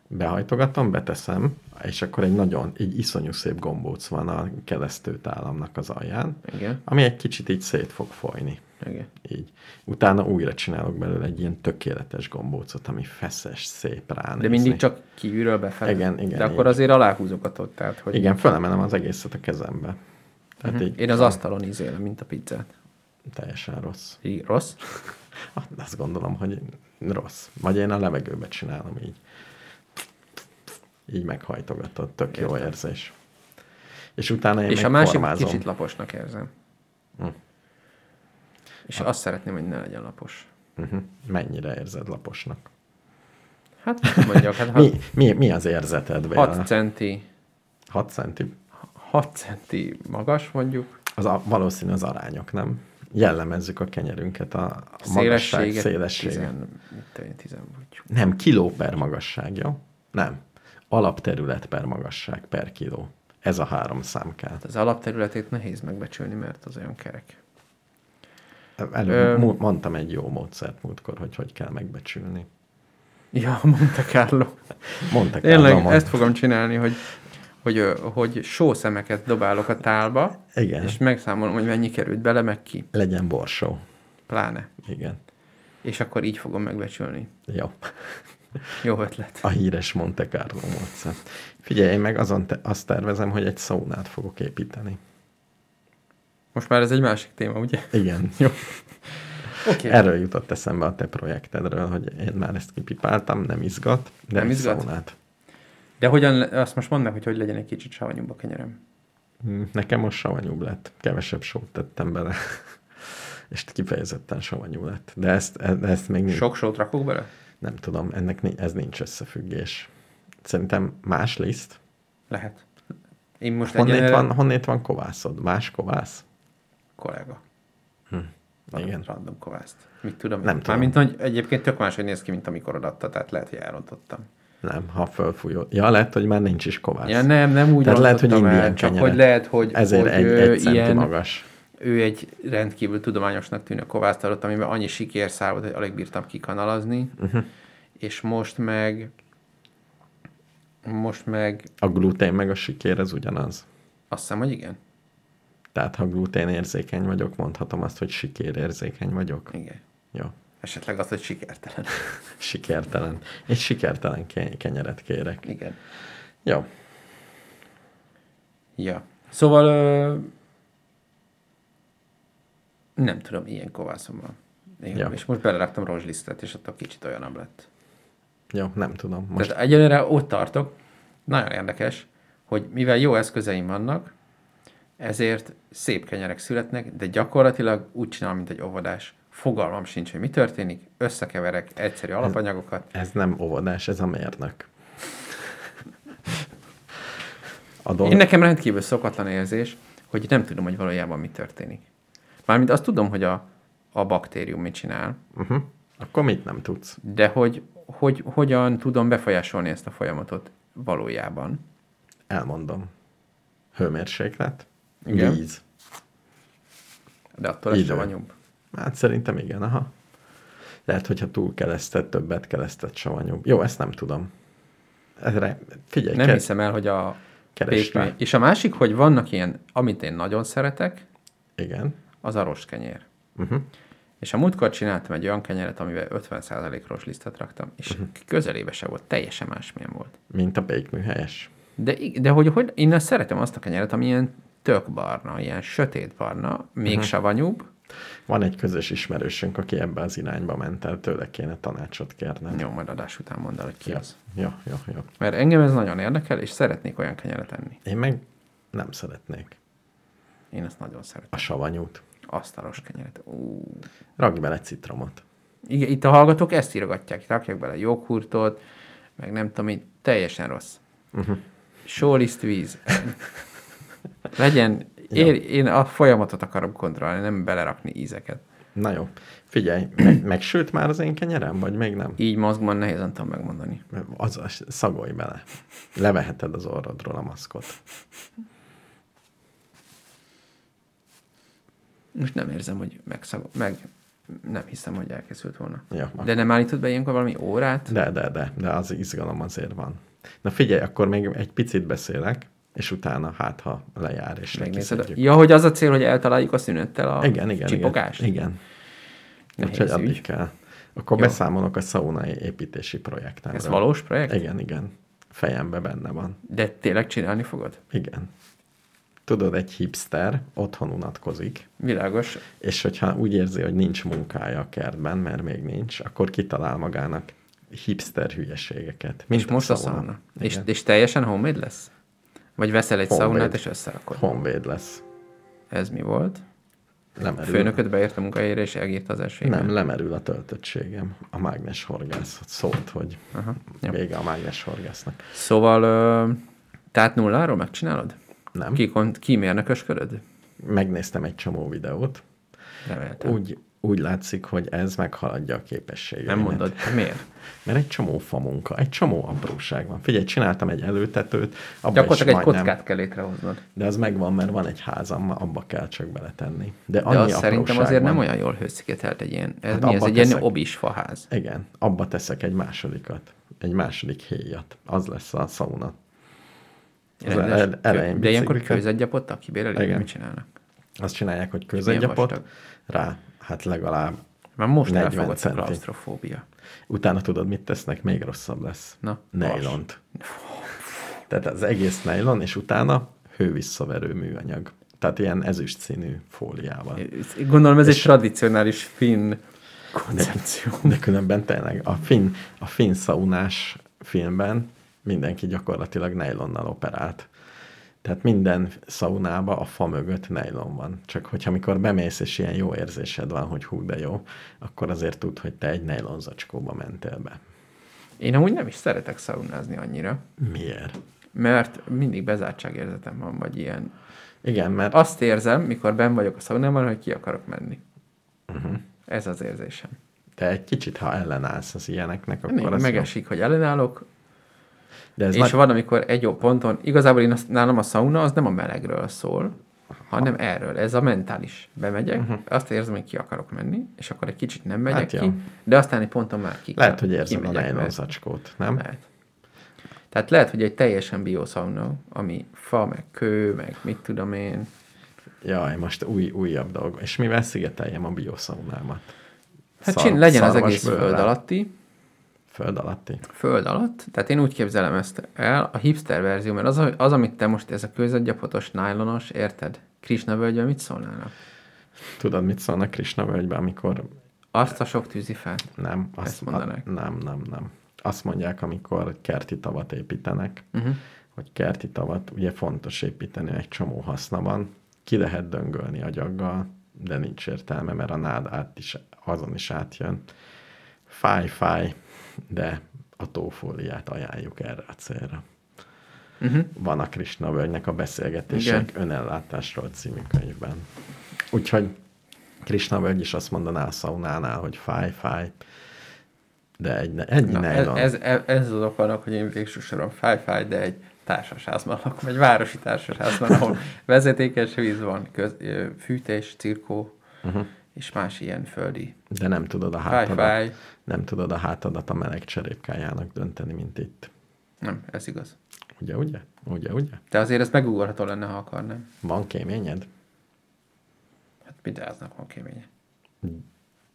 Behajtogatom, beteszem, és akkor egy nagyon, egy iszonyú szép gombóc van a keresztőtálamnak az alján,
Igen.
ami egy kicsit így szét fog folyni.
Igen.
Így. Utána újra csinálok belőle egy ilyen tökéletes gombócot, ami feszes, szép ránézni.
De mindig csak kívülről befelé.
Igen, igen,
De akkor
igen.
azért aláhúzogatod, tehát hogy
Igen, fölemelem az egészet a kezembe. Tehát
Mhm.
így
Én az asztalon ízélem, mint a pizzát.
teljesen rossz.
Így rossz?
Azt gondolom, hogy rossz. Vagy én a levegőbe csinálom így. Így meghajtogatod. Tök jó érzés. És utána én
és a másik
megformázom.
kicsit laposnak érzem.
Hm. Hát.
És azt szeretném, hogy ne legyen lapos.
Uh-huh. Mennyire érzed laposnak?
Hát mit mondjak, hát
Mi,
hat-
mi, mi az érzeted? Béla?
6 centi,
6 centi.
6 centi magas mondjuk,
Az a, valószínű az arányok, nem? Jellemezzük a kenyerünket a, a magasság
szélessége,
szélessége.
10, mit tudom én, 10 mondjuk.
Nem, kiló per magasság, jó? Nem. Alapterület per magasság per kiló. Ez a három számkál.
Az alapterületét nehéz megbecsülni, mert az olyan kerek.
Előbb
Ö-
mu- mondtam egy jó módszert múltkor, hogy hogy kell megbecsülni.
Ja, [laughs] mondta Carlo.
Mondta
Tényleg
Carlo, mond-
ezt fogom csinálni, hogy, hogy, ö, hogy sószemeket dobálok a tálba,
Igen.
és megszámolom, hogy mennyi került bele, meg ki,
Legyen borsó.
pláne.
Igen.
És akkor így fogom megbecsülni.
Jó.
Jó ötlet.
A híres Monte Carlo módszer. Figyelj, én meg azon te- azt tervezem, hogy egy szaunát fogok építeni.
Most már ez egy másik téma, ugye?
Igen.
Jó. Oké.
Erről jutott eszembe a te projektedről, hogy én már ezt kipipáltam, nem izgat, de
Nem
egy
izgat?
szaunát.
De hogyan, le- azt most mondd meg, hogy hogy legyen egy kicsit savanyúbb a kenyerem.
Mm, Nekem most savanyúbb lett, kevesebb sót tettem bele, [laughs] és kifejezetten savanyú lett. De ezt, e- ezt még nincs,
Sok sót rakok bele?
nem tudom, ennek ni- ez nincs összefüggés. Szerintem más liszt.
Lehet. Én most
Honnét
egyenlőre-
van, honnét van kovászod? Más kovász?
kollega.
Igen.
Random kovászt. Mit tudom?
Nem
én?
tudom.
Mármint, hogy egyébként tök máshogy néz ki, mint amikor odaadta, tehát lehet, hogy elrontottam.
Nem, ha fölfújod. Ja, lehet, hogy már nincs is kovász.
Ja, nem, nem úgy
Tehát lehet, hogy
rontottam el,
indián
csak
kenyeret.
hogy lehet, hogy-
Ezért
hogy,
egy,
ö,
egy centi
ilyen-
magas.
Ő egy rendkívül tudományosnak tűnő kovászt adott, amiben annyi sikér szál volt, hogy alig bírtam kikanalazni, uh-huh. és most meg most meg
A glutén meg a sikér, ez ugyanaz.
azt hiszem, hogy igen.
Tehát, ha glutén érzékeny vagyok, mondhatom azt, hogy sikér érzékeny vagyok.
Igen.
Jó.
Esetleg az, hogy [laughs] sikertelen.
Sikertelen. Egy sikertelen ke- kenyeret kérek.
igen.
Jó.
Ja. Szóval ö, nem tudom, ilyen kovászom van. Én,
Ja.
ja. És most beleraktam rozslisztet, és attól kicsit olyanabb lett.
Jó, nem tudom. Most
Most... Tehát egyelőre ott tartok, nagyon érdekes, hogy mivel jó eszközeim vannak, ezért szép kenyerek születnek, de gyakorlatilag úgy csinálom, mint egy óvodás. Fogalmam sincs, hogy mi történik, összekeverek egyszerű alapanyagokat.
ez nem óvodás, ez a mérnök. A dolog...
Én nekem rendkívül szokatlan érzés, hogy nem tudom, hogy valójában mi történik. Mármint azt tudom, hogy a, a baktérium mit csinál,
Uh-huh. Akkor mit nem tudsz?
de hogy, hogy hogyan tudom befolyásolni ezt a folyamatot valójában.
Elmondom. Hőmérséklet,
Igen.
víz.
De attól ez
Idő.
savanyúbb.
Hát szerintem igen, aha. Lehet, hogyha túl keresztett, többet keresztett, savanyúbb. Jó, ezt nem tudom. Erre, figyelj,
Nem
ke-
hiszem el, hogy a
Keresd
pékmény...
rá.
És a másik, hogy vannak ilyen, amit én nagyon szeretek,
Igen.
az a rostkenyér.
Uh-huh.
És a múltkor csináltam egy olyan kenyeret, amivel 50%-os lisztet raktam, és
Mhm.
uh-huh. közelébe se volt, teljesen másmilyen volt.
Mint a pékműhelyes.
De, ig- de hogy, hogy én azt szeretem azt a kenyeret, ami ilyen tök barna, ilyen sötét barna, még
Mhm.
uh-huh. savanyúbb.
Van egy közös ismerősünk, aki ebbe az irányba ment el, tőle kéne tanácsot kérnem.
Jó, majd adás után mondd el, hogy ki
Ja,
az.
ja, ja, ja.
Mert engem ez nagyon érdekel, és szeretnék olyan kenyeret enni.
Én meg nem szeretnék
Én ezt nagyon szeretem.
a savanyút.
Asztalos kenyeret. Ú.
Rakj bele citromot.
Igen, itt a hallgatók ezt írogatják, rakják bele joghurtot, meg nem tudom, így teljesen rossz.
Uh-huh.
Sóliszt víz. Legyen, én, én a folyamatot akarom kontrollálni, nem belerakni ízeket.
Na jó. Figyelj, meg, megsült már az én kenyerem, vagy még nem?
Így mozgban nehéz, nem tudom megmondani.
Az, az szagolj bele. Leveheted az orrodról a maszkot.
Most nem érzem, hogy megszagol, meg nem hiszem, hogy elkészült volna.
Ja,
De nem állítod be ilyenkor valami órát?
De, de, de, de az izgalom azért van. Na figyelj, akkor még egy picit beszélek, és utána hát, ha lejár, és
Megnézed? a-
lekiszedjük.
Ja, hogy az a cél, hogy eltaláljuk a szünettel a
Igen, igen,
csipogást?
igen. igen.
Nehéz
Úgyhogy addig
ügy.
kell. Akkor
Jó.
Jó. beszámolok a szaunai építési projektemről.
Ez valós projekt?
Igen, igen. Fejembe benne van.
De tényleg csinálni fogod?
Igen. Tudod, egy hipster otthon unatkozik,
Világos.
és hogyha úgy érzi, hogy nincs munkája a kertben, mert még nincs, akkor kitalál magának hipster hülyeségeket.
És most a szauna. És, és teljesen homemade lesz? Vagy veszel egy
Homemade.
szaunát és összerakod?
Honvéd lesz.
Ez mi volt?
Nem erül.
Főnököt beért a munkahelyére és elgírta az első
Nem,
évben?
lemerül a töltöttségem. A mágnes horgász szólt, hogy
Aha, jó.
vége a mágnes horgásznak.
Szóval, ö, tehát nulláról megcsinálod?
Nem.
Ki, kon- ki mérnökösködöd?
Megnéztem egy csomó videót.
Reméltem.
Úgy, úgy látszik, hogy ez meghaladja a képességeimet.
Nem mondod. Hát Miért?
Mert egy csomó fa munka, egy csomó apróság van. Figyelj, csináltam egy előtetőt, abba is
Gyakorlatilag egy
majdnem,
kockát kell létrehoznod.
de az megvan, mert van egy házam, abba kell csak beletenni. De,
De
annyi
az szerintem
apróság
azért
van.
nem olyan jól hőszigetelt egy ilyen. Ez
Hát
mi? Ez
abba
egy ilyen
teszek.
obis faház.
Igen, abba teszek egy másodikat, egy második héjat. Az lesz a szauna. Az
Rendes
el- elején
kő- De ilyenkor
bicikliket.
kőzetgyapottak, kibérelik,
Igen.
mit csinálnak?
Azt csinálják, hogy
milyen
közegyapot,
vastag?
rá hát legalább.
Már most
40
elfogott a
centi.
klaustrofóbia.
Utána tudod, mit tesznek, még rosszabb lesz.
Na,
Nejlont.
[laughs]
Tehát az egész nejlon, és utána hővisszaverő műanyag. Tehát ilyen ezüst színű fóliával.
Gondolom ez
És-
egy tradicionális finn
De,
koncepció.
de különben tényleg a finn, a finn szaunás filmben mindenki gyakorlatilag nejlonnal operált. Tehát minden szaunába a fa mögött nejlon van. Csak hogyha amikor bemész, és ilyen jó érzésed van, hogy hú, de jó, akkor azért tud, hogy te egy nejlon zacskóba mentél be.
Én amúgy nem is szeretek szaunázni annyira,
Miért?
mert mindig bezártságérzetem van, vagy ilyen.
Igen, mert a...
Azt érzem, mikor ben vagyok a szaunában, hogy ki akarok menni.
Mhm.
Uh-huh. Ez az érzésem.
te egy kicsit, ha ellenállsz az ilyeneknek, akkor
Akkor
az jó.
megesik, hogy ellenállok,
De ez
és
nagy-
van, amikor egy jó ponton, igazából én azt, nálam a szauna az nem a melegről szól, hanem erről, ez a mentális. Bemegyek, uh-huh. azt érzem, hogy ki akarok menni, és akkor egy kicsit nem megyek
Mhm. Hát
hát
jó.
ki, de aztán egy ponton már ki
Lehet, hogy érzem a
kimegyek,
nejlon
mert-
zacskót, nem?
Lehet. Tehát lehet, hogy egy teljesen bioszauna, ami fa, meg kő, meg mit tudom én.
Jaj, most új, újabb dolog. És mivel szigeteljem a bioszaunámat?
Hát
Szar-
csin, legyen az
szarvas
egész föld
bőrrel.
alatti.
Föld alatti.
Föld alatt. Tehát én úgy képzelem ezt el, a hipster verzió, mert az, az amit te most, ez a közegyapotos, nájlonos, érted? Krishna völgyben mit szólnának?
Tudod, mit szólnak Krishna völgyben, amikor
Azt a sok tűzifát.
nem, azt
Ezt mondanák.
A, nem, nem, nem. Azt mondják, amikor kerti tavat építenek,
Uh-huh.
hogy kerti tavat ugye fontos építeni, egy csomó haszna van, ki lehet döngölni agyaggal, de nincs értelme, mert a nád át is, azon is átjön. Fáj, fáj, de a tófóliát ajánljuk erre a célra.
Uh-huh.
van a Krishna völgynek a beszélgetések önellátásról című könyvben. Úgyhogy Krishna völgy is azt mondaná a szaunánál, hogy fáj, fáj, de egy, egy
Na, ez,
nejlon.
ez, ez, ez az ok annak, hogy én végső soron fáj-fáj, de egy társasházban lakom, egy
[laughs]
városi
Mhm.
társasházban, ahol vezetékes víz van, köz, ö, fűtés, cirkó, uh-huh. és más ilyen földi.
De nem tudod a
Fáj,
hátadat,
fáj.
nem tudod a hátadat a meleg cserépkájának dönteni, mint itt.
Nem, ez igaz.
Ugye, ugye? Ugye, ugye?
De azért ez megugorható lenne, ha akarnám.
Van kéményed?
Hát mindáznak van kéménye.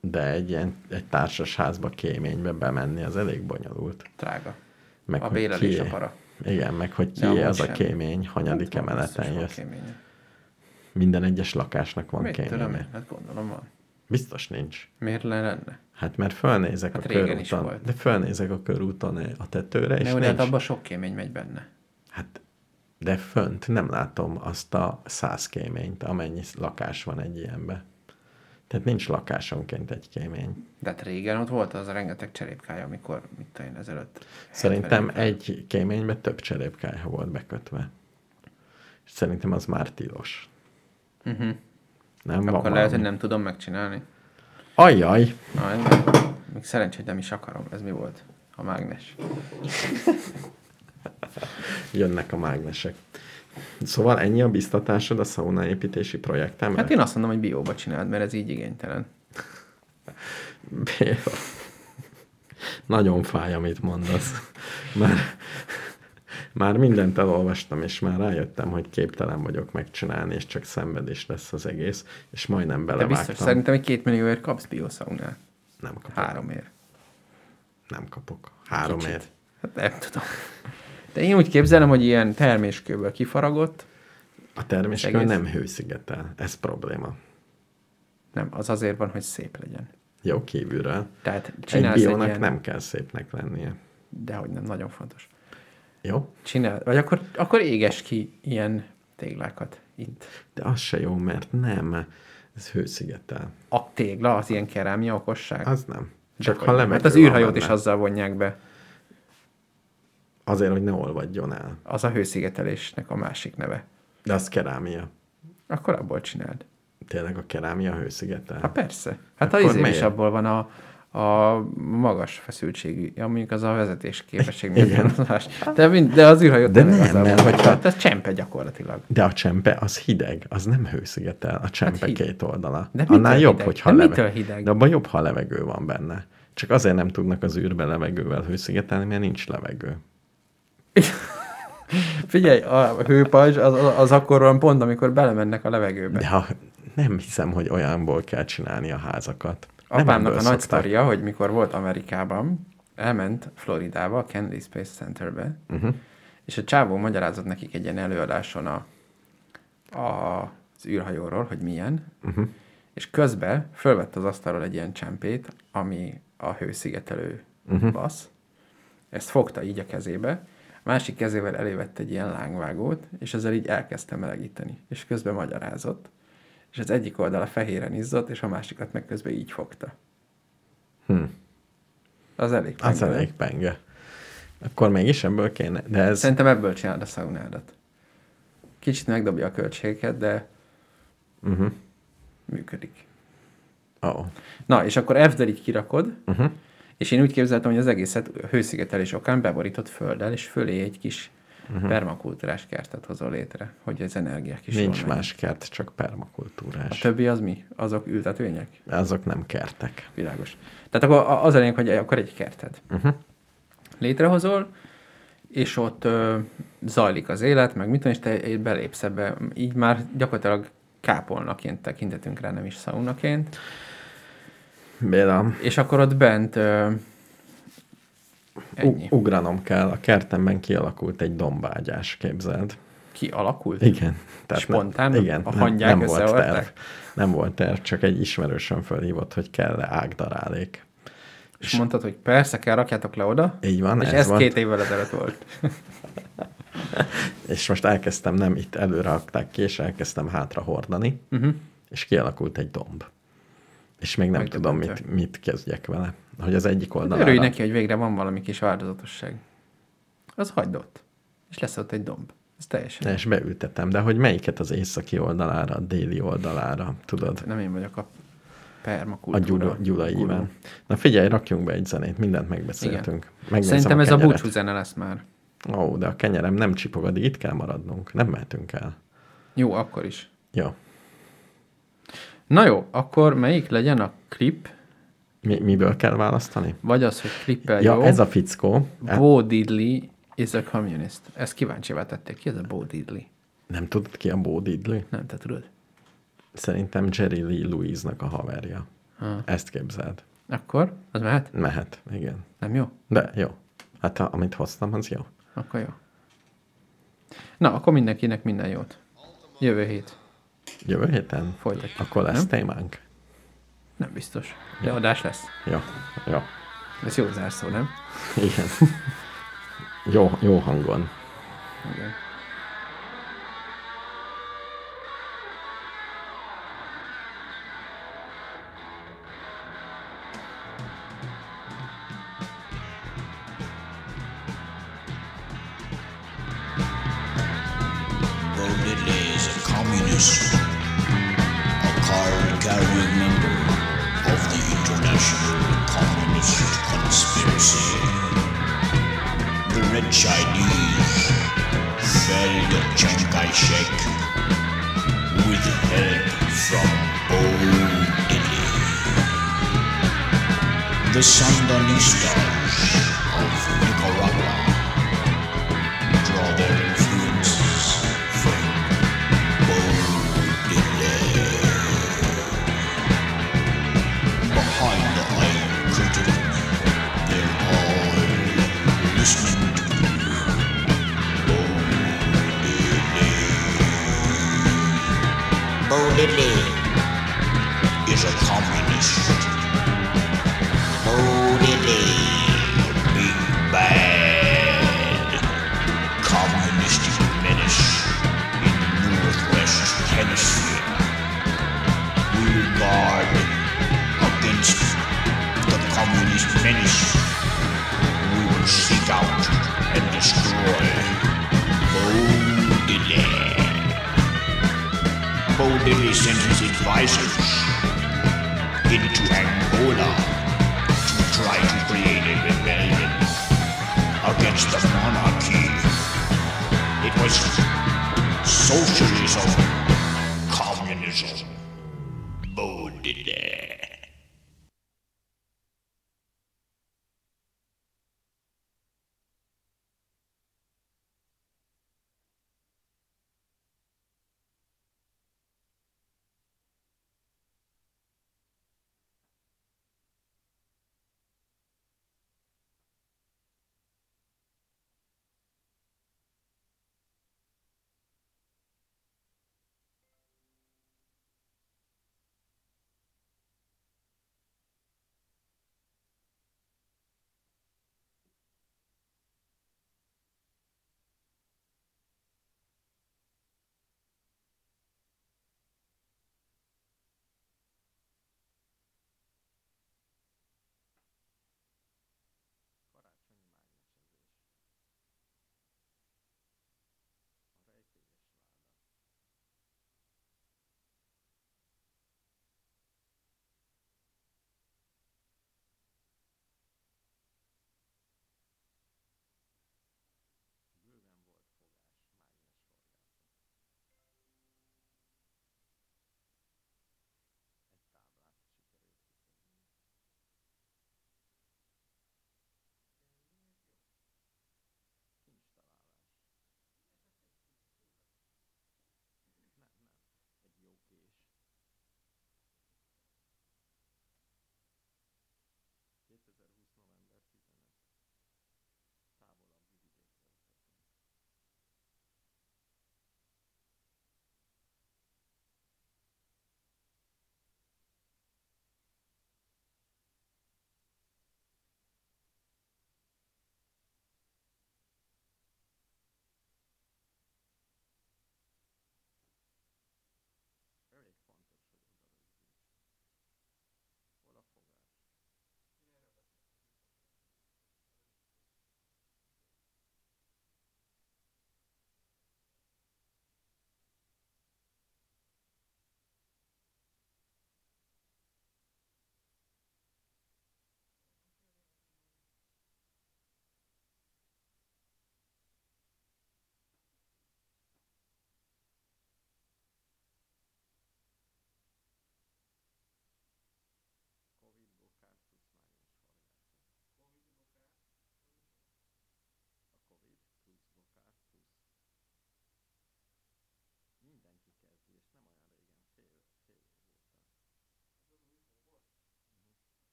De egy ilyen egy társas házba kéménybe bemenni, az elég bonyolult.
Drága.
Meg,
A
hogy
bélelés
kié-
a para.
Igen, meg hogy
De
ki
amúgy
az a
sem.
kémény, hanyadik
Hát van, biztos
emeleten
van
jössz.
kéménye.
Minden egyes lakásnak van
Mit tudom
kéménye.
én? Hát gondolom van.
Biztos nincs.
Miért le lenne?
Hát mert fölnézek
Hát
a
régen is
körúton.
volt.
De fölnézek a körúton eh, a tetőre, és
Ne,
nincs.
de hát abban sok kémény megy benne.
Hát, de fönt nem látom azt a száz kéményt, amennyi lakás van egy ilyenbe. Tehát nincs lakásonként egy kémény.
De hát régen ott volt az a rengeteg cserépkája, amikor, mit tudom én, ezelőtt. 70
Szerintem
évvel.
egy kéménybe több cserépkája volt bekötve. És szerintem az már tilos.
Uh-huh.
Nem
Akkor
van
lehet, hogy
valami.
nem tudom megcsinálni.
Ajjaj!
Na, ez még szerencsé, hogy nem is akarom. Ez mi volt? A mágnes.
Jönnek a mágnesek. Szóval ennyi a biztatásod a szauna építési projektem?
Hát én azt mondom, hogy bióba csináld, mert ez így igénytelen.
Béla. Nagyon fáj, amit mondasz. Már, már mindent elolvastam, és már rájöttem, hogy képtelen vagyok megcsinálni, és csak szenvedés lesz az egész, és majdnem
De biztos,
belevágtam.
szerintem egy két millióért kapsz bioszaunát.
Nem kapok.
Háromért.
Nem kapok. Háromért.
Hát nem tudom. De én úgy képzelem, hogy ilyen terméskőből kifaragott,
A terméskő
Egész.
nem hőszigetel. Ez probléma.
nem, az azért van, hogy szép legyen.
Jó kívülről.
Tehát
Egy
csinálsz egy,
biónak
ilyen,
nem kell szépnek lennie.
de hogy nem, nagyon fontos.
Jó?
Csinál, vagy akkor, akkor éges ki ilyen téglákat itt.
De az se jó, mert nem. Ez hőszigetel.
A tégla, az ilyen kerámia okosság.
Az nem. Csak ha
Hogy-
lemegő
Hát az
van
űrhajót is
benne.
azzal vonják be.
Azért, hogy ne olvadjon el.
Az a hőszigetelésnek a másik neve.
De az kerámia.
Akkor abból csináld.
Tényleg a kerámia hőszigetel?
Hát persze. Hát
Akkor
az izé is
miért?
abból van a, a magas feszültségű, ja, mondjuk az a vezetés képesség miatt
Igen.
van az más. De, mind, de az űrhajó
De
tényleg
nem,
azzal
mert
van.
hogyha-
Hát ez csempe gyakorlatilag.
De a csempe az hideg, az nem hőszigetel, a csempe
hid-
két oldala.
Hát De
Annál
mitől
jobb,
hideg?
hogyha
De
leve-
mitől hideg?
De abban jobb, ha levegő van benne. Csak azért nem tudnak az űrbe levegővel hőszigetelni, mert nincs levegő.
Figyelj, a hőpajzs az, az akkor van pont, amikor belemennek a levegőbe.
De ha, nem hiszem, hogy olyanból kell csinálni a házakat. nem
Apámnak
ebből
a nagy
szokták.
sztoria, hogy mikor volt Amerikában, elment Floridába, a Kennedy Space Centerbe,
Mhm.
uh-huh. és a csávó magyarázott nekik egy ilyen előadáson a, a, az űrhajóról, hogy milyen,
Mhm.
uh-huh. és közben fölvett az asztalról egy ilyen csempét, ami a hőszigetelő
Mhm.
uh-huh. basz, ezt fogta így a kezébe, másik kezével elévett egy ilyen lángvágót, és ezzel így elkezdte melegíteni, és közben magyarázott, és az egyik oldala fehéren izzott, és a másikat meg közben így fogta. Hm. Az elég.
Az
menő.
elég penge. Akkor mégis ebből kéne. De ez,
Szerintem ebből csináld a szaunádat. Kicsit megdobja a költségeket, de uh-huh.
Mhm.
működik.
oh,
Na, és akkor ezzel így kirakod, uh-huh. és én úgy képzeltem, hogy az egészet hőszigetelés okán beborított földdel, és fölé egy kis uh-huh. permakultúrás kertet hozol létre, hogy az energiák is
nincs
jól
más kert, csak
menjenek. A
permakultúrás.
többi az mi? Azok ültetvények?
Azok nem kertek.
Világos. Tehát akkor a- az a lényeg, hogy akkor egy kerted. Uh-huh. Létrehozol, és ott ö, zajlik az élet, meg mit tudom, és te belépsz ebbe. Így már gyakorlatilag kápolnaként tekintetünk rá, nem is szaunaként.
Béla,
És akkor ott bent ö, ennyi.
U- ugranom kell. A kertemben kialakult egy dombágyás, képzeld.
Kialakult?
Igen.
Spontán?
Nem, igen.
A
nem-
hangyák
nem, volt
összeolták?
terv. Nem volt terv, csak egy ismerősöm felhívott, hogy kell-e ágdarálék.
És mondtad, hogy persze kell, rakjátok le oda.
Így van,
És
ez
ez, ez
volt.
két évvel ezelőtt volt.
És most elkezdtem, nem itt előre rakták ki, és elkezdtem hátra hordani, uh-huh. és kialakult egy domb. És még nem
Mhm. Hogy
tudom,
döntő.
mit, mit kezdjek vele. Hogy az egyik oldalára...
Örülj neki, hogy végre van valami kis változatosság. Az hagyd ott. És lesz ott egy domb. Ez teljesen.
És beültetem, de hogy melyiket az északi oldalára, a déli oldalára, tudod?
Nem én vagyok a
A
permakultúra.
gyula, gyula
guru.
íven. Na figyelj, rakjunk be egy zenét, mindent megbeszéltünk. Megnézem
Szerintem ez a
kenyeret.
búcsú zene lesz már.
Ó, de a kenyerem nem csipog, addig itt kell maradnunk. Nem mehetünk el.
Jó, akkor is.
Jó.
Na jó, akkor melyik legyen a klip,
Mi, miből kell választani?
vagy az, hogy klippel
Ja,
jó?
ez a fickó. Hát,
Bo Diddley is a communist. Ezt kíváncsi tették. Ki ez a Bo Diddley?
nem tudod ki a Bo Diddley?
Nem, te tudod?
Szerintem Jerry Lee Louise-nak a haverja.
Ha.
Ezt képzeld.
Akkor? Az mehet?
Mehet, igen.
Nem jó?
De jó. Hát ha, amit hoztam, az jó.
Akkor jó. Na, akkor mindenkinek minden jót. Jövő hét.
Jövő héten?
Folytatjuk,
Akkor lesz
nem?
témánk?
Nem biztos. De adás lesz.
Jó, jó.
Ez jó zárszó, nem?
Igen. [laughs] jó, jó hangon.
Igen.
Bo Diddley is a communist, a card-carrying member of the International Communist Conspiracy. The Red Chinese fell to Chiang Kai-shek with help from Bo Diddley. The Sandinistas of Nicaragua draw their influences from Bo Behind the Iron Curtain, they're all listening to Bo Diddley. is a communist. Bo Diddley, big bad communist menace in Northwest Tennessee. We will guard against the communist menace. We will seek out and destroy Bo Diddley. Bo Diddley sent his advisors into Angola